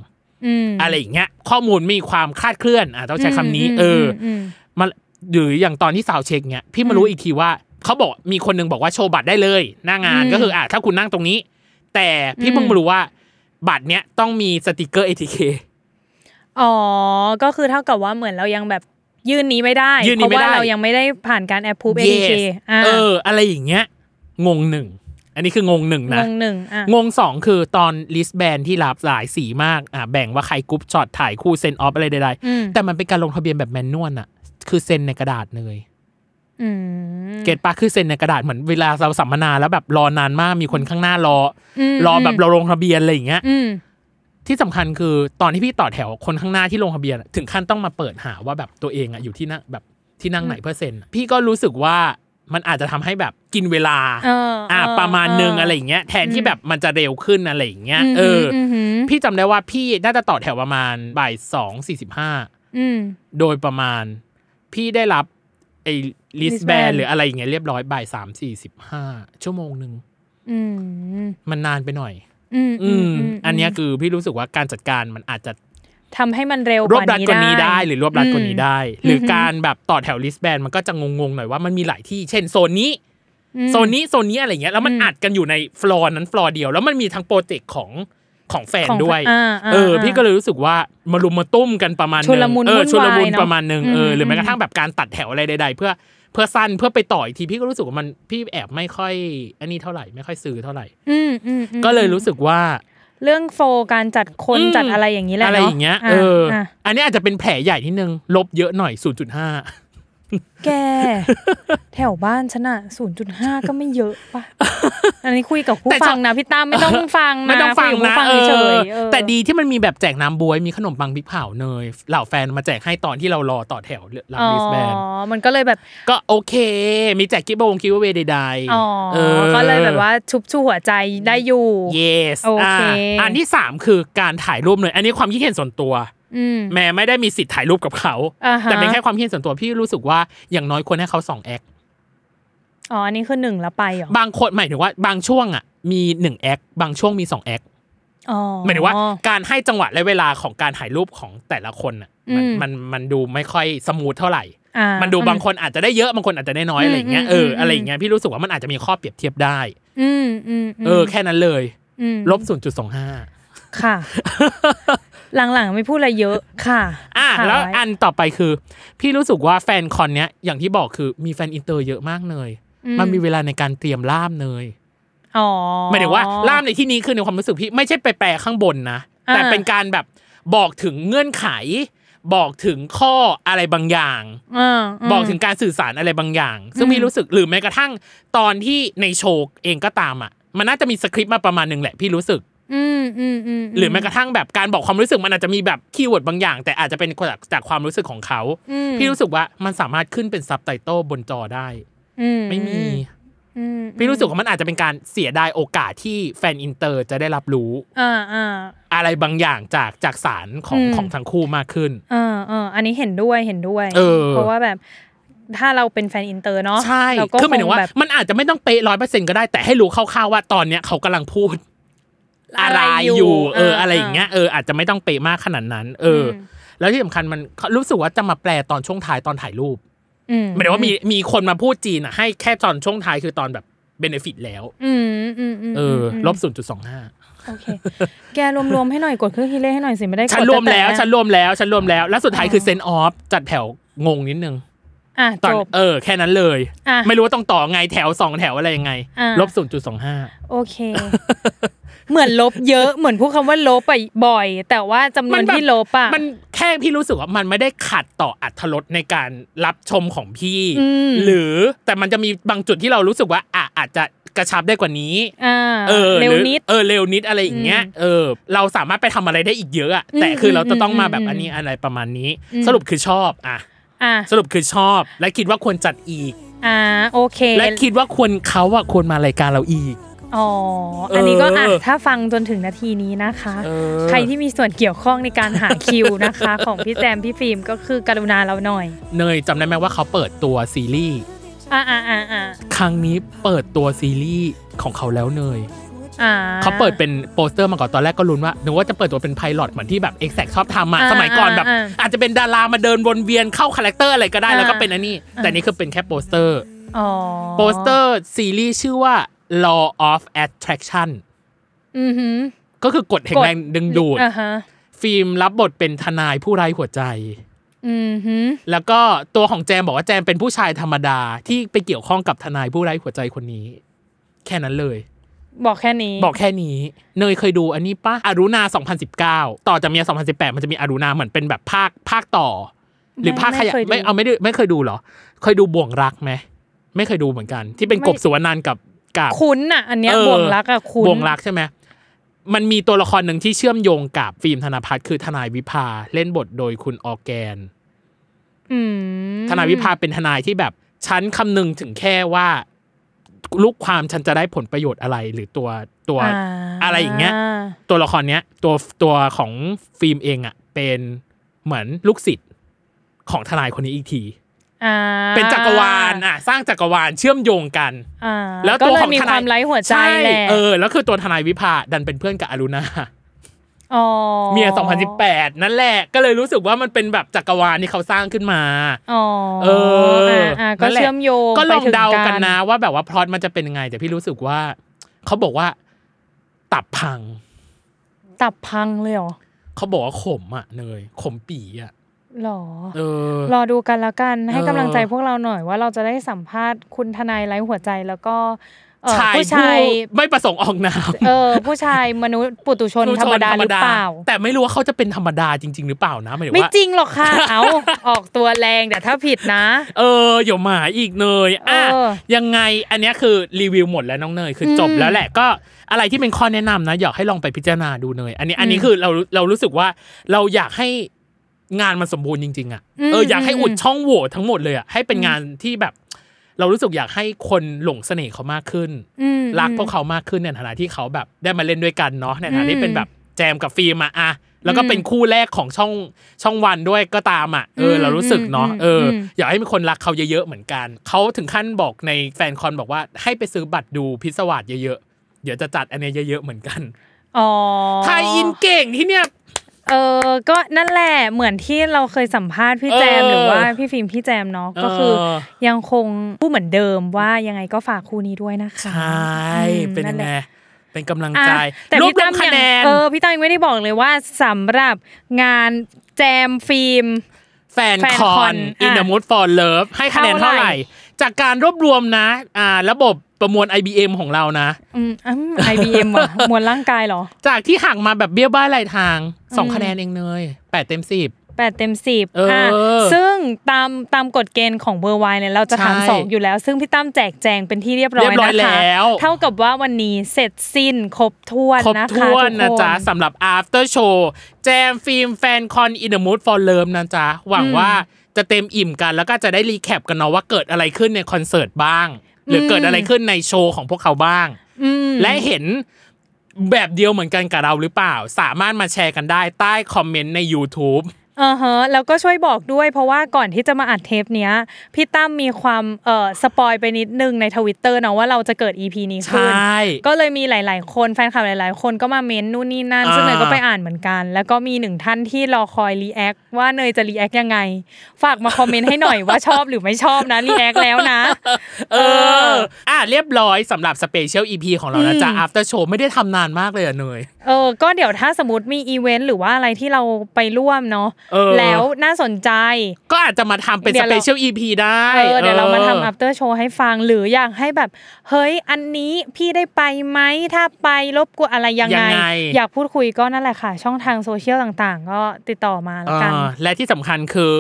Speaker 2: อืม
Speaker 1: อะไรอย่างเงี้ยข้อมูลมีความคลาดเคลื่อนอ่ะต้องใช้คำนี้
Speaker 2: ม
Speaker 1: เอออ
Speaker 2: มม
Speaker 1: มันหรืออย่างตอนที่สาวเช็คเนี้ยพี่มา
Speaker 2: อืม
Speaker 1: รู้อีกทีว่าเขาบอกมีคนหนึงบอกว่าโชว์บัตรได้เลยหน้างาน
Speaker 2: อืม
Speaker 1: ก็คืออ่ะถ้าคุณนั่งตรงนี้ แต่พี่เพิ่ง
Speaker 2: อืม
Speaker 1: มารู้ว่าบัตรเนี้ยต้องมีสติกเกอร์ ATK
Speaker 2: อ๋อ ก็คือเท่ากับว่าเหมือนเรายังแบบยื่นนี้ไม่ได้
Speaker 1: ยื่นนี้
Speaker 2: เพ
Speaker 1: ไม่
Speaker 2: ราะ
Speaker 1: ได้
Speaker 2: ว่าเรายังไม่ได้ผ่านการแอปพู
Speaker 1: Yes
Speaker 2: เอเคอ่า
Speaker 1: เออ อะไรอย่างเงี้ยงงหนึ่ง อันนี้คืองงหนึ่ง
Speaker 2: ง
Speaker 1: นะ
Speaker 2: งหนึ่งอ่ะ
Speaker 1: งงสองคือตอนลิสแบนที่รับหลายสีมากอ่ะแบ่งว่าใครกรุ๊ปช็อตถ่ายคู่เซ็นออฟอะไรใด
Speaker 2: อืม
Speaker 1: ๆแต่มันเป็นการลงทะเบียนแบบแมนนวลอะคือเซ็นในกระดาษเลย
Speaker 2: อืม
Speaker 1: เกตปาคือเซ็นในกระดาษเหมือนเวลาเราสัมมนาแล้วแบบรอนานมากมีคนข้างหน้ารออ
Speaker 2: ม
Speaker 1: รอแบ
Speaker 2: อื
Speaker 1: บ
Speaker 2: ม
Speaker 1: เราลงทะเบียนอะไรอย่างเงี้ย
Speaker 2: อืม
Speaker 1: ที่สำคัญคือตอนที่พี่ต่อแถวคนข้างหน้าที่ลงทะเบียนอะถึงขั้นต้องมาเปิดหาว่าแบบตัวเองอะอยู่ที่นั่งแบบที่นั่งไหนเพื่อเซ็นอะพี่ก็รู้สึกว่ามันอาจจะทำให้แบบกินเวลา
Speaker 2: เอออ่เออ
Speaker 1: ประมาณนึง
Speaker 2: เอออ
Speaker 1: อะไรอย่างเงี้ยแทนที่แบบมันจะเร็วขึ้นอะไรอย่างเงี้ย
Speaker 2: อืม
Speaker 1: เอออ
Speaker 2: มอืม
Speaker 1: พี่จำได้ว่าพี่น่าจะต่อแถวประมาณบ่ายสองสี่สิบห้า
Speaker 2: อืม
Speaker 1: โดยประมาณพี่ได้รับไอ้ลิสแบน
Speaker 2: wristband
Speaker 1: หรืออะไรอย่างเงี้ยเรียบร้อยบ่ายสามสี่สิบห้าชั่วโมงหนึ่ง
Speaker 2: อืม
Speaker 1: มันนานไปหน่อย
Speaker 2: อืม
Speaker 1: อืม อันเนี้ยคือพี่รู้สึกว่าการจัดการมันอาจจะ
Speaker 2: ทำให้มันเร็ว
Speaker 1: รวบรัดกว่านี้ได้ ห
Speaker 2: ห
Speaker 1: รื
Speaker 2: รือ อ
Speaker 1: รวบรัดกว่านี้ได้ หรืออ
Speaker 2: อฮึ
Speaker 1: การแบบต่อแถวลิสแบนมันก็จะงงๆหน่อยว่ามันมีหลายที่ เช่นโซนนี้
Speaker 2: อืม
Speaker 1: โซนนี้โซนนี้อะไรเงี้ยแล้วมัน
Speaker 2: อืม
Speaker 1: อัดกันอยู่ในฟลอร์นั้นฟลอร์เดียว แล้วมันมีทั้งโปรเจกต์ของของแฟน
Speaker 2: ของ
Speaker 1: ด้วย
Speaker 2: อ่าอ่า
Speaker 1: เออ
Speaker 2: อ่า
Speaker 1: พี่ก็เลยรู้สึกว่ามารุมมาตุ้มกันประมาณ
Speaker 2: ชุลมุน
Speaker 1: หงเออ
Speaker 2: วุ่นวาย
Speaker 1: ชุลมุน
Speaker 2: เนอะ
Speaker 1: ประมาณหนึงเอออ
Speaker 2: ม
Speaker 1: หรือแม้ก
Speaker 2: อื
Speaker 1: ระ
Speaker 2: ม
Speaker 1: ทั่งแบบการตัดแถวอะไรใด ๆ เพื่อเพื่อสั้นเพื่อไปต่ออีกทีพี่ก็รู้สึกว่ามันพี่แอบไม่ค่อย อันนี้เท่าไหร่ไม่ค่อยซื้อเท่าไหร่
Speaker 2: อืมอืมอืม
Speaker 1: ก็เลยรู้สึกว่า
Speaker 2: เรื่องโฟล์การจัดคน
Speaker 1: อืม
Speaker 2: จัดอะไรอย่างนี้แหละ
Speaker 1: อะไร
Speaker 2: นะ
Speaker 1: อย่างเงี้ย
Speaker 2: ะ
Speaker 1: เอออะ อันนี้อาจจะเป็นแผลใหญ่นิดนึงลบเยอะหน่อย 0.5
Speaker 2: แก แถวบ้านฉันอ่ะศูนย์จุดห้าก็ไม่เยอะ ป่ะ อันนี้คุยกับผู้
Speaker 1: แต่ชอบ
Speaker 2: ฟังนะพี่ตั้มไม่ต้องฟังนะ
Speaker 1: ไม่ต้องฟัง
Speaker 2: คุยกับ
Speaker 1: นะ
Speaker 2: ผู้ฟัง
Speaker 1: เอ
Speaker 2: เฉ
Speaker 1: อย
Speaker 2: ๆเออ
Speaker 1: แต่ดีที่มันมีแบบแจกน้ำบวยมีขนมปังพริกเผาเนยเหล่าแฟนมาแจกให้ตอนที่เรารอต่อแถวรับ
Speaker 2: อ๋อ
Speaker 1: ลิสแบน
Speaker 2: มันก็เลยแบบ
Speaker 1: ก็โอเค มีแจกกิฟต์บงกิฟต์เวย์ใดๆ
Speaker 2: อ๋อ
Speaker 1: ออ
Speaker 2: ก็เลยแบบว่าชุบชูหัวใจได้อยู่
Speaker 1: yes
Speaker 2: โอเค
Speaker 1: าอันที่สามคือการถ่ายรูปเลย อันนี้ความคิดเห็นส่วนตัว
Speaker 2: อืม
Speaker 1: แม่ไม่ได้มีสิทธิ์ถ่ายรูปกับเขา
Speaker 2: อ่าฮะ
Speaker 1: แต่เป็นแค่ความคิดเห็นส่วนตัวพี่รู้สึกว่าอย่างน้อยควรให้เขาสองแอค
Speaker 2: อ๋ออันนี้คือหนึ่งแล้วไปเหรอบ
Speaker 1: างคนหมายถึงว่าบางช่วงอ่ะมีหนึ่งแอค บางช่วงมีสองแอค
Speaker 2: อ๋อ
Speaker 1: หมายถึงว่าการให้จังหวะและเวลาของการถ่ายรูปของแต่ละคนอ่ะมัน
Speaker 2: อืม
Speaker 1: มันมันดูไม่ค่อยสมูทเท่าไหร่
Speaker 2: อ่า
Speaker 1: มันดู
Speaker 2: อื
Speaker 1: บางคนอาจจะได้เยอะบางคนอาจจะได้น้อย
Speaker 2: อื
Speaker 1: อะ
Speaker 2: ม
Speaker 1: ไรอย่างเงี้ยเอออ
Speaker 2: ม
Speaker 1: อะไรอย่างเงี้ยพี่รู้สึกว่ามันอาจจะมีข้อเปรียบเทียบได้
Speaker 2: อืมอืมม
Speaker 1: เออแค่นั้นเลย
Speaker 2: อืม
Speaker 1: ลบศูนย์จุดสองห้า
Speaker 2: ค่ะ หลังๆไม่พูดอะไรเยอะค่ะ
Speaker 1: อ่ะ
Speaker 2: ค่ะ
Speaker 1: แล้ว
Speaker 2: ไ
Speaker 1: อันต่อไปคือ พี่รู้สึกว่าแฟนคอนเนี้ยอย่างที่บอกคือมีแฟนอินเตอร์เยอะมากเลย
Speaker 2: อื
Speaker 1: มันมีเวลาในการเตรียมล่ามเลย
Speaker 2: อ๋อ
Speaker 1: หมายถึงว่าล่ามในที่นี้คือในความรู้สึกพี่ไม่ใช่ไปแปลข้างบนนะ แต่
Speaker 2: อ่า
Speaker 1: เป็นการแบบบอกถึงเงื่อนไข บอกถึงข้ออะไรบางอย่าง
Speaker 2: อ่าา
Speaker 1: บอกถึงการสื่อสารอะไรบางอย่าง ซึ่ง
Speaker 2: อืม
Speaker 1: พี่รู้สึกหรือแม้กระทั่งตอนที่ในโชว์เองก็ตามอ่ะ มันน่าจะมีสคริปต์มาประมาณหนึ่งแหละพี่รู้สึก
Speaker 2: อืมอืมอืม
Speaker 1: หรือแม้กระทั่งแบบการบอกความรู้สึกมันอาจจะมีแบบคีย์เวิร์ดบางอย่าง แต่อาจจะเป็นจากจากความรู้สึกของเขา
Speaker 2: อืม
Speaker 1: พี่รู้สึกว่ามันสามารถขึ้นเป็นซับไตเติลบนจอได้
Speaker 2: อื
Speaker 1: ไม่มี
Speaker 2: อืม
Speaker 1: พี่รู้สึกว่ามันอาจจะเป็นการเสียดายโอกาสที่แฟนอินเตอร์จะได้รับรู้
Speaker 2: อ่าอ่า
Speaker 1: อะไรบางอย่างจากจากสารของ
Speaker 2: อืม
Speaker 1: ของทั้งคู่มากขึ้น
Speaker 2: อ่าอ่าอันนี้เห็นด้วยเห็นด้วย
Speaker 1: เออ
Speaker 2: เพราะว่าแบบถ้าเราเป็นแฟนอินเตอร์เนาะ
Speaker 1: ใช่
Speaker 2: เราก็
Speaker 1: คือหมาย
Speaker 2: ค
Speaker 1: ถึ
Speaker 2: ง
Speaker 1: งว่า
Speaker 2: แบบ
Speaker 1: มันอาจจะไม่ต้องเป๊ะร้อยเปอร์เซ็นก็ได้ แต่ให้รู้คร่าวๆว่าตอนเนี้ยเขากำลังพูด อะไรอยู่เอออะไรอย่างเงี้ยเอออาจจะไม่ต้องเป๊ะมากขนาดนั้น เอออ
Speaker 2: ม
Speaker 1: แล้วที่สำคัญมันรู้สึกว่าจะมาแปลตอนช่วงท้ายตอนถ่ายรูป
Speaker 2: อื
Speaker 1: หมายถึงว่ามีมีคนมาพูดจีนอะให้แค่ตอนช่วงท้ายคือตอนแบบเบนฟิตแล้ว
Speaker 2: อืมอืมอืม
Speaker 1: เออ
Speaker 2: ม
Speaker 1: ลบศูนย์จุดสองห้า
Speaker 2: โอเค แกรวมๆให้หน่อยกดเครื่องคิดเลขให้หน่อยสิไม่ได้กด
Speaker 1: ฉันรวมแล้ว
Speaker 2: ต่ต่
Speaker 1: ฉันรวมแล้วฉันรวมแล้ว แล้วสุดท้ายคือเซนออฟจัดแถวงงนิดนึง
Speaker 2: อ่ะ
Speaker 1: ต
Speaker 2: จ
Speaker 1: อน
Speaker 2: บ
Speaker 1: เออแค่นั้นเลย
Speaker 2: อ่ะ
Speaker 1: ไม่รู้ว่าต้องต่อไงแถวสองแถวอะไรยังไง
Speaker 2: อ่ะ
Speaker 1: ลบศูนย์จุดสองห้า
Speaker 2: โอเค เหมือนลบเยอะเหมือนพูดคำว่าลบไปบ่อย แต่ว่าจำนวนที่ลบอ่ะ
Speaker 1: มันแค่พี่รู้สึกว่ามันไม่ได้ขัดต่ออัธรสในการรับชมของพี่
Speaker 2: อืม
Speaker 1: หรือแต่มันจะมีบางจุดที่เรารู้สึกว่าอ่ะอาจจะกระชับได้กว่านี้
Speaker 2: อ่า
Speaker 1: เออ
Speaker 2: เร็ว
Speaker 1: หอ
Speaker 2: นิด
Speaker 1: เออเร็วนิดอะไรอย่างเงี้ยเออ เราสามารถไปทำอะไรได้อีกเยอะอะ
Speaker 2: อืม
Speaker 1: แต่คือเราจะต้องมา
Speaker 2: อืม
Speaker 1: แบบ
Speaker 2: อืม
Speaker 1: อันนี้อะไรประมาณนี้
Speaker 2: อืม
Speaker 1: สรุปคือชอบอ่ะ
Speaker 2: อ่ะ
Speaker 1: สรุปคือชอบและคิดว่าควรจัดอีก
Speaker 2: อ่าโอเค
Speaker 1: และคิดว่าควรเขาอะควรมารายการเราอีก
Speaker 2: อ๋อ อันนี้ก็อ่ะ
Speaker 1: เออ
Speaker 2: ถ้าฟังจนถึงนาทีนี้นะคะ
Speaker 1: เออ
Speaker 2: ใครที่มีส่วนเกี่ยวข้องในการหาคิวนะคะ ของพี่แจมพี่ฟิล์มก็คือกรุณาเราหน่อย
Speaker 1: เนยจำได้ไหมว่าเขาเปิดตัวซีรีส์
Speaker 2: อ่าอ่าอ่าอ่า
Speaker 1: ครั้งนี้เปิดตัวซีรีส์ของเขาแล้วเนย
Speaker 2: อ่า
Speaker 1: เขาเปิดเป็นโปสเตอร์มาก่อนตอนแรกก็ลุ้นว่านึกว่าจะเปิดตัวเป็นไพลอตเหมือนที่แบบเอ็กแซกชอบทำอะ
Speaker 2: อ่า
Speaker 1: สมัยก่อนแบบ
Speaker 2: อ่า
Speaker 1: อาจจะเป็นดารามาเดินวนเวียนเข้าคาแรคเตอร์อะไรก็ได้แล้วก็
Speaker 2: อ่า
Speaker 1: เป็นอันนี้ แต่นี่คือเป็นแค่โปสเตอร์
Speaker 2: อ๋อ
Speaker 1: โปสเตอร์ซีรีส์ชื่อว่า Law of Attraction
Speaker 2: อือหือ
Speaker 1: ก็คือกฎแห่ง
Speaker 2: กฎ
Speaker 1: แรงดึงดูด
Speaker 2: อ่าฮะ
Speaker 1: ฟิล์มรับบทเป็นทนายผู้ไร้หัวใจ
Speaker 2: อือหือ
Speaker 1: แล้วก็ตัวของแจมบอกว่าแจมเป็นผู้ชายธรรมดาที่ไปเกี่ยวข้องกับทนายผู้ไร้หัวใจคนนี้ แค่นั้นเลย
Speaker 2: บอกแค่นี้
Speaker 1: บอกแค่นี้ เนยเคยดูอันนี้ปะอารุณา 2019 ต่อจากเมีย 2018 มันจะมีอารุณาเหมือนเป็นแบบภาคภาคต่อ หรือภาคขยะ
Speaker 2: เคดู
Speaker 1: ไม่เอาไม่ได้ไม่เคยดูเหรอ เคยดูบ่วงรักไหมไม่เคยดูเหมือนกัน ที่เป็น
Speaker 2: ไม่
Speaker 1: กบสุวรรณนันท์กับกับ
Speaker 2: คุ้นอ่ะ อันเนี้ย
Speaker 1: เออ
Speaker 2: บ่วงรักอ่ะคุ้น
Speaker 1: วงรักใช่ไหม มันมีตัวละครหนึ่งที่เชื่อมโยงกับฟิล์มธนพัฒน์คือทนายวิภาเล่นบทโดยคุณออร์แกน
Speaker 2: อืม
Speaker 1: ทนายวิภาเป็นทนายที่แบบฉันคำนึงถึงแค่ว่า ลูกความฉันจะได้ผลประโยชน์อะไร หรือตัวตัว
Speaker 2: า
Speaker 1: อะไรอย่างเงี้ย ตัวละครเนี้ย ตัวตัวของฟิล์มเองอ่ะ เป็นเหมือนลูกศิษย์ของทนายคนนี้อีกที
Speaker 2: อ่า
Speaker 1: เป็นจักรวาลอ่ะ สร้างจักรวาลเชื่อมโยงกัน
Speaker 2: อ่า
Speaker 1: แล้ว
Speaker 2: ก็
Speaker 1: ตัว
Speaker 2: เลย
Speaker 1: ของ
Speaker 2: มีค
Speaker 1: ทาว
Speaker 2: นาย มไร้หัวใจ
Speaker 1: ช่
Speaker 2: แหละ
Speaker 1: เออแล้วคือตัวทนายวิภาดันเป็นเพื่อนกับอรุณา
Speaker 2: อ๋อ
Speaker 1: เมีย 2018 นั่นแหละ ก็เลยรู้สึกว่ามันเป็นแบบจักรวาลที่เขาสร้างขึ้นมา
Speaker 2: อ๋อ
Speaker 1: เออ
Speaker 2: อ่าๆก็
Speaker 1: นั่นแหละ
Speaker 2: เชื่อมโยง
Speaker 1: ก็ลอง
Speaker 2: ไปถึ
Speaker 1: เดากัน
Speaker 2: ร
Speaker 1: นะว่าแบบว่าพล็อตมันจะเป็นยังไง แต่พี่รู้สึกว่า เขาบอกว่า ตับพัง
Speaker 2: ตับพังเลยเหรอ
Speaker 1: เขาบอกว่าขมอ่ะเนยขมปีอ่ะ
Speaker 2: หรอ
Speaker 1: เออ
Speaker 2: รอดูกันละกัน
Speaker 1: เออก
Speaker 2: ให้ำลังใจพวกเราหน่อยว่าเราจะได้สัมภาษณ์คุณทนายไร้หัวใจแล้วก็เอ่อ
Speaker 1: ชาย
Speaker 2: ผู้
Speaker 1: ผู้
Speaker 2: ชาย
Speaker 1: ไม่ประสงค์ออกนาม
Speaker 2: เออผู้ชายมนุษย์ปุตุชนธรรมดาหรือเปล่า
Speaker 1: แต่ไม่รู้ว่าเขาจะเป็นธรรมดาจริง ๆ หรือเปล่านะหมายถึง
Speaker 2: ไม่
Speaker 1: ว่า
Speaker 2: จริงหรอก ค่ะ เอาออกตัวแรงแต่ถ้าผิดนะ
Speaker 1: เอออย่าหมาอีกเนยอ่ะ
Speaker 2: เออ
Speaker 1: ยังไงอันเนี้ยคือรีวิวหมดแล้วน้องเนยคือจบ
Speaker 2: อืม
Speaker 1: แล้วแหละก็อะไรที่เป็นข้อแนะนำนะอยากให้ลองไปพิจารณาดูเนยอันนี้อันนี้
Speaker 2: อืม
Speaker 1: คือเราเรารู้สึกว่าเราอยากให้งานมันสมบูรณ์จริงๆอ่ะ
Speaker 2: อืม
Speaker 1: เอออยากให้
Speaker 2: อืม
Speaker 1: อุดช่องโหว่ทั้งหมดเลยอ่ะให้เป็นงานที่แบบ เรารู้สึกอยากให้คนหลงเสน่ห์เขามากขึ้น
Speaker 2: อืม
Speaker 1: รักพวกเขามากขึ้นในฐานะที่เขาแบบได้มาเล่นด้วยกันเนาะในฐานะที่เป็นแบบแจมกับฟิล์มอะอะแล้วก็เป็นคู่แรกของช่องช่องวันด้วยก็ตามอะเอออ
Speaker 2: ม
Speaker 1: เรารู้สึกเนาะ
Speaker 2: อืม
Speaker 1: เอออ
Speaker 2: ม
Speaker 1: อยากให้มีคนรักเขาเยอะๆเหมือนกัน เขาถึงขั้นบอกในแฟนคอนบอกว่าให้ไปซื้อบัตรดูพิศวาสเยอะๆ เดี๋ยวจะจัดอันเนี้ยเยอะๆเหมือนกัน
Speaker 2: อ๋อ
Speaker 1: ไทยอินเก่งที่เนี่ย
Speaker 2: เออก็นั่นแหละเหมือนที่เราเคยสัมภาษณ์พี่แจม
Speaker 1: เออ
Speaker 2: หรือว่าพี่ฟิล์มพี่แจมเนาะก็คือ
Speaker 1: เ
Speaker 2: ยังคงพูดเหมือนเดิมว่ายังไงก็ฝากคู่นี้ด้วยนะคะ
Speaker 1: ใช่
Speaker 2: อืม
Speaker 1: เป็นยัง
Speaker 2: แหละ
Speaker 1: ไงเป็นกำลัง
Speaker 2: อ่ะ
Speaker 1: ใจ
Speaker 2: แต่
Speaker 1: รวบ
Speaker 2: พี่
Speaker 1: รว
Speaker 2: ตั้
Speaker 1: ม
Speaker 2: ม
Speaker 1: คะแนน
Speaker 2: ยังเออพี่ตั้มยังไม่ได้บอกเลยว่าสำหรับงานแจมฟิล์ม
Speaker 1: แฟน
Speaker 2: แฟน
Speaker 1: ค
Speaker 2: ค
Speaker 1: อ
Speaker 2: อน น
Speaker 1: อินเด
Speaker 2: อ่ะ
Speaker 1: อะมูดฟอร์เลิฟให้คะแนนเท่าไหร่ จากการรวบรวมนะอ่าระบบประมวล IBM ของเรานะ
Speaker 2: อืมไอบีเอ็ม IBM อ่ะ มวลร่างกายเหรอ
Speaker 1: จากที่หักมาแบบเบี้ยวบ้ายลายทาง 2 คะแนนเองเนย8เต็ม
Speaker 2: แป 8 เต็ม 10
Speaker 1: เอออ่
Speaker 2: ะซึ่งตามตามกฎเกณฑ์ของเบอร์ไวเนี่ยเราจะถาม
Speaker 1: ใช่
Speaker 2: สองอยู่แล้ว ซึ่งพี่ตั้มแจกแจงเป็นที่เรียบร้อ
Speaker 1: เรี
Speaker 2: ย
Speaker 1: ยบร้อย
Speaker 2: นะคะ
Speaker 1: แล้ว
Speaker 2: เท่ากับว่าวันนี้เสร็จสิ้นครบถ้วน
Speaker 1: ครบ
Speaker 2: นะคะ
Speaker 1: ถ้วน
Speaker 2: ทุก
Speaker 1: นะ
Speaker 2: ค
Speaker 1: จ๊ะสำหรับ after show แจมฟิล์มแฟนคอน in the mood for love นะจ๊ะ หวังว่าจะเต็มอิ่มกันแล้วก็จะได้รีแคปกันเนาะว่าเกิดอะไรขึ้นในคอนเสิร์ตบ้าง หรือเกิดอะไรขึ้นในโชว์ของพวกเขาบ้าง และเห็นแบบเดียวเหมือนกันกับเราหรือเปล่า สามารถมาแชร์กันได้ใต้คอมเมนต์ใน YouTube
Speaker 2: อ่าฮะแล้วก็ช่วยบอกด้วยเพราะว่าก่อนที่จะมาอัดเทปเนี้ยพี่ตั้มมีความเอ่อสปอยไปนิดนึงในทวิตเตอร์นะว่าเราจะเกิด EP นี้
Speaker 1: ใช
Speaker 2: ขึ้น
Speaker 1: ่
Speaker 2: ก็เลยมีหลาย ๆ คนแฟนคลับหลาย ๆ คนก็มาเม้นนู่นนี่นั่น
Speaker 1: อ่า
Speaker 2: ซึ่งเนยก็ไปอ่านเหมือนกัน แล้วก็มีหนึ่งท่านที่รอคอยรีแอคว่าเนยจะรีแอคยังไง ฝากมาคอมเมนต์ให้หน่อยว่าชอบหรือไม่ชอบนะรีแอคแล้วนะ
Speaker 1: เออ อ่ะเรียบร้อยสำหรับสเปเชียล EP ของเรานะจ๊ะ after show ไม่ได้ทำนานมากเลยอะเนย
Speaker 2: เออ ก็เดี๋ยวถ้าสมมติมีอีเวนต์หรือว่าอะไรที่เราไปร่วมเนาะ
Speaker 1: เออ
Speaker 2: แล้วน่าสนใจ
Speaker 1: ก็อาจจะมาทำเป็นส
Speaker 2: เดี๋ยว
Speaker 1: เป
Speaker 2: เรา
Speaker 1: เชียล EP ได้
Speaker 2: เออเดี๋ยวเรามาทำ after show ให้ฟังหรืออยากให้แบบ เฮ้ยอันนี้พี่ได้ไปไหมถ้าไปรบกวนอะไรยัง
Speaker 1: ยั
Speaker 2: ไง
Speaker 1: งไง
Speaker 2: อยากพูดคุยก็นั่นแหละค่ะ ช่องทางโซเชียลต่างๆ ก็ติดต่อมาแล้วกัน
Speaker 1: เออและที่สำคัญคือ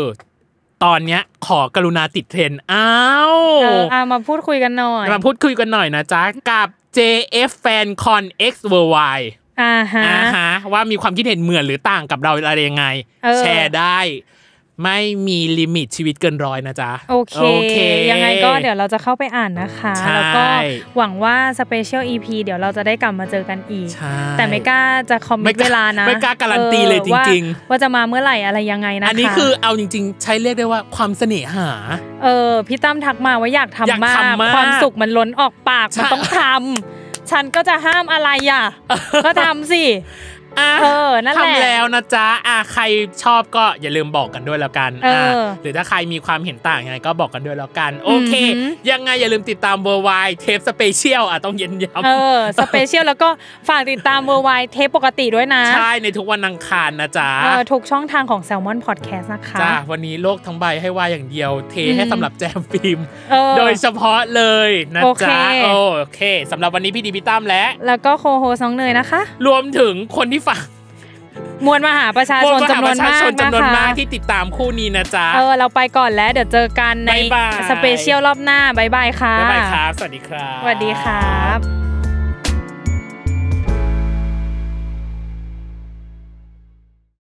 Speaker 1: ตอนเนี้ยขอกรุณาติดเทรนด์อ้าว
Speaker 2: เออเอามาพูดคุยกันหน่อย
Speaker 1: มาพูดคุยกันหน่อยนะจ๊ะ กับ JF FanCon X Worldwide
Speaker 2: อ่าฮะ
Speaker 1: อ่าฮะว่ามีความคิดเห็นเหมือนหรือต่างกับเราอะไรยังไง
Speaker 2: เออ
Speaker 1: แชร์ได้ ไม่มีลิมิตชีวิตเกินร้อยนะจ๊ะ
Speaker 2: โอเค ยังไงก็เดี๋ยวเราจะเข้าไปอ่านนะคะ
Speaker 1: ใช่
Speaker 2: แล้วก็หวังว่าสเปเชียล EP เดี๋ยวเราจะได้กลับมาเจอกันอีก
Speaker 1: ใช่
Speaker 2: แต่ไม่กล้าจะคอมมิ
Speaker 1: ไม่ก
Speaker 2: ต
Speaker 1: ล้า
Speaker 2: เวลานะ
Speaker 1: ไม่กล้าการันตีเลย
Speaker 2: ออว่า
Speaker 1: จริง
Speaker 2: ว่าจะมาเมื่อไหร่อะไรยังไงนะคะ
Speaker 1: อันนี้คือเอาจริง ๆ ใช้เรียกได้ว่าความเสน่หา
Speaker 2: เออพี่ตั้มทักมาว่าอยาก
Speaker 1: อยาก
Speaker 2: ทำมาก
Speaker 1: ทำมาก
Speaker 2: ความสุขมันล้นออกปาก
Speaker 1: ใช่
Speaker 2: มันต้องทำฉันก็จะห้ามอะไร อ่ะ ก็ทำสิ
Speaker 1: อ่ะ
Speaker 2: เออนั่นแหละ
Speaker 1: ทำแล้วนะจ๊ะอ่ะใครชอบก็อย่าลืมบอกกันด้วยแล้วกัน
Speaker 2: เอออ่
Speaker 1: ะหรือถ้าใครมีความเห็นต่างยังไงก็บอกกันด้วยแล้วกัน โอเค
Speaker 2: อือหือ
Speaker 1: ยังไงอย่าลืมติดตามเวอร์ไวเทปสเปเชียลอ่ะต้องเย็นย้
Speaker 2: เออ สเปเชียลแล้วก็ฝากติดตามเวอร์ไวเทปปกติด้วยนะ
Speaker 1: ำใช่ในทุกวันอังคารนะจ๊ะ
Speaker 2: เออทุกช่องทางของ Salmon Podcast นะคะ
Speaker 1: จ้ะวันนี้โลกทั้งใบให้ว่าอย่างเดียว เทให้สำหรับแจมฟิล์ม
Speaker 2: เออ
Speaker 1: โดยเฉพาะเลยนะ
Speaker 2: โอเค
Speaker 1: จ๊ะโอเคสำหรับวันนี้พี่ดีพี่ตั้มและ
Speaker 2: แล้วก็โคโฮน้องเนยนะคะ
Speaker 1: รวมถึงคนที่ฟัง
Speaker 2: มวลมหาประชาชนจำนวน
Speaker 1: ประชา
Speaker 2: มา
Speaker 1: ช
Speaker 2: ก
Speaker 1: นจำนวน
Speaker 2: นะคะ
Speaker 1: มากที่ติดตามคู่นี้นะจ๊ะ
Speaker 2: เออ เราไปก่อนแล้ว เดี๋ยวเจอกันใน
Speaker 1: บ๊ายบาย
Speaker 2: สเปเชียลรอบหน้าบายบายค่ะ
Speaker 1: บ๊ายบายครับ สวัสดีครับ
Speaker 2: สวัสดีครับ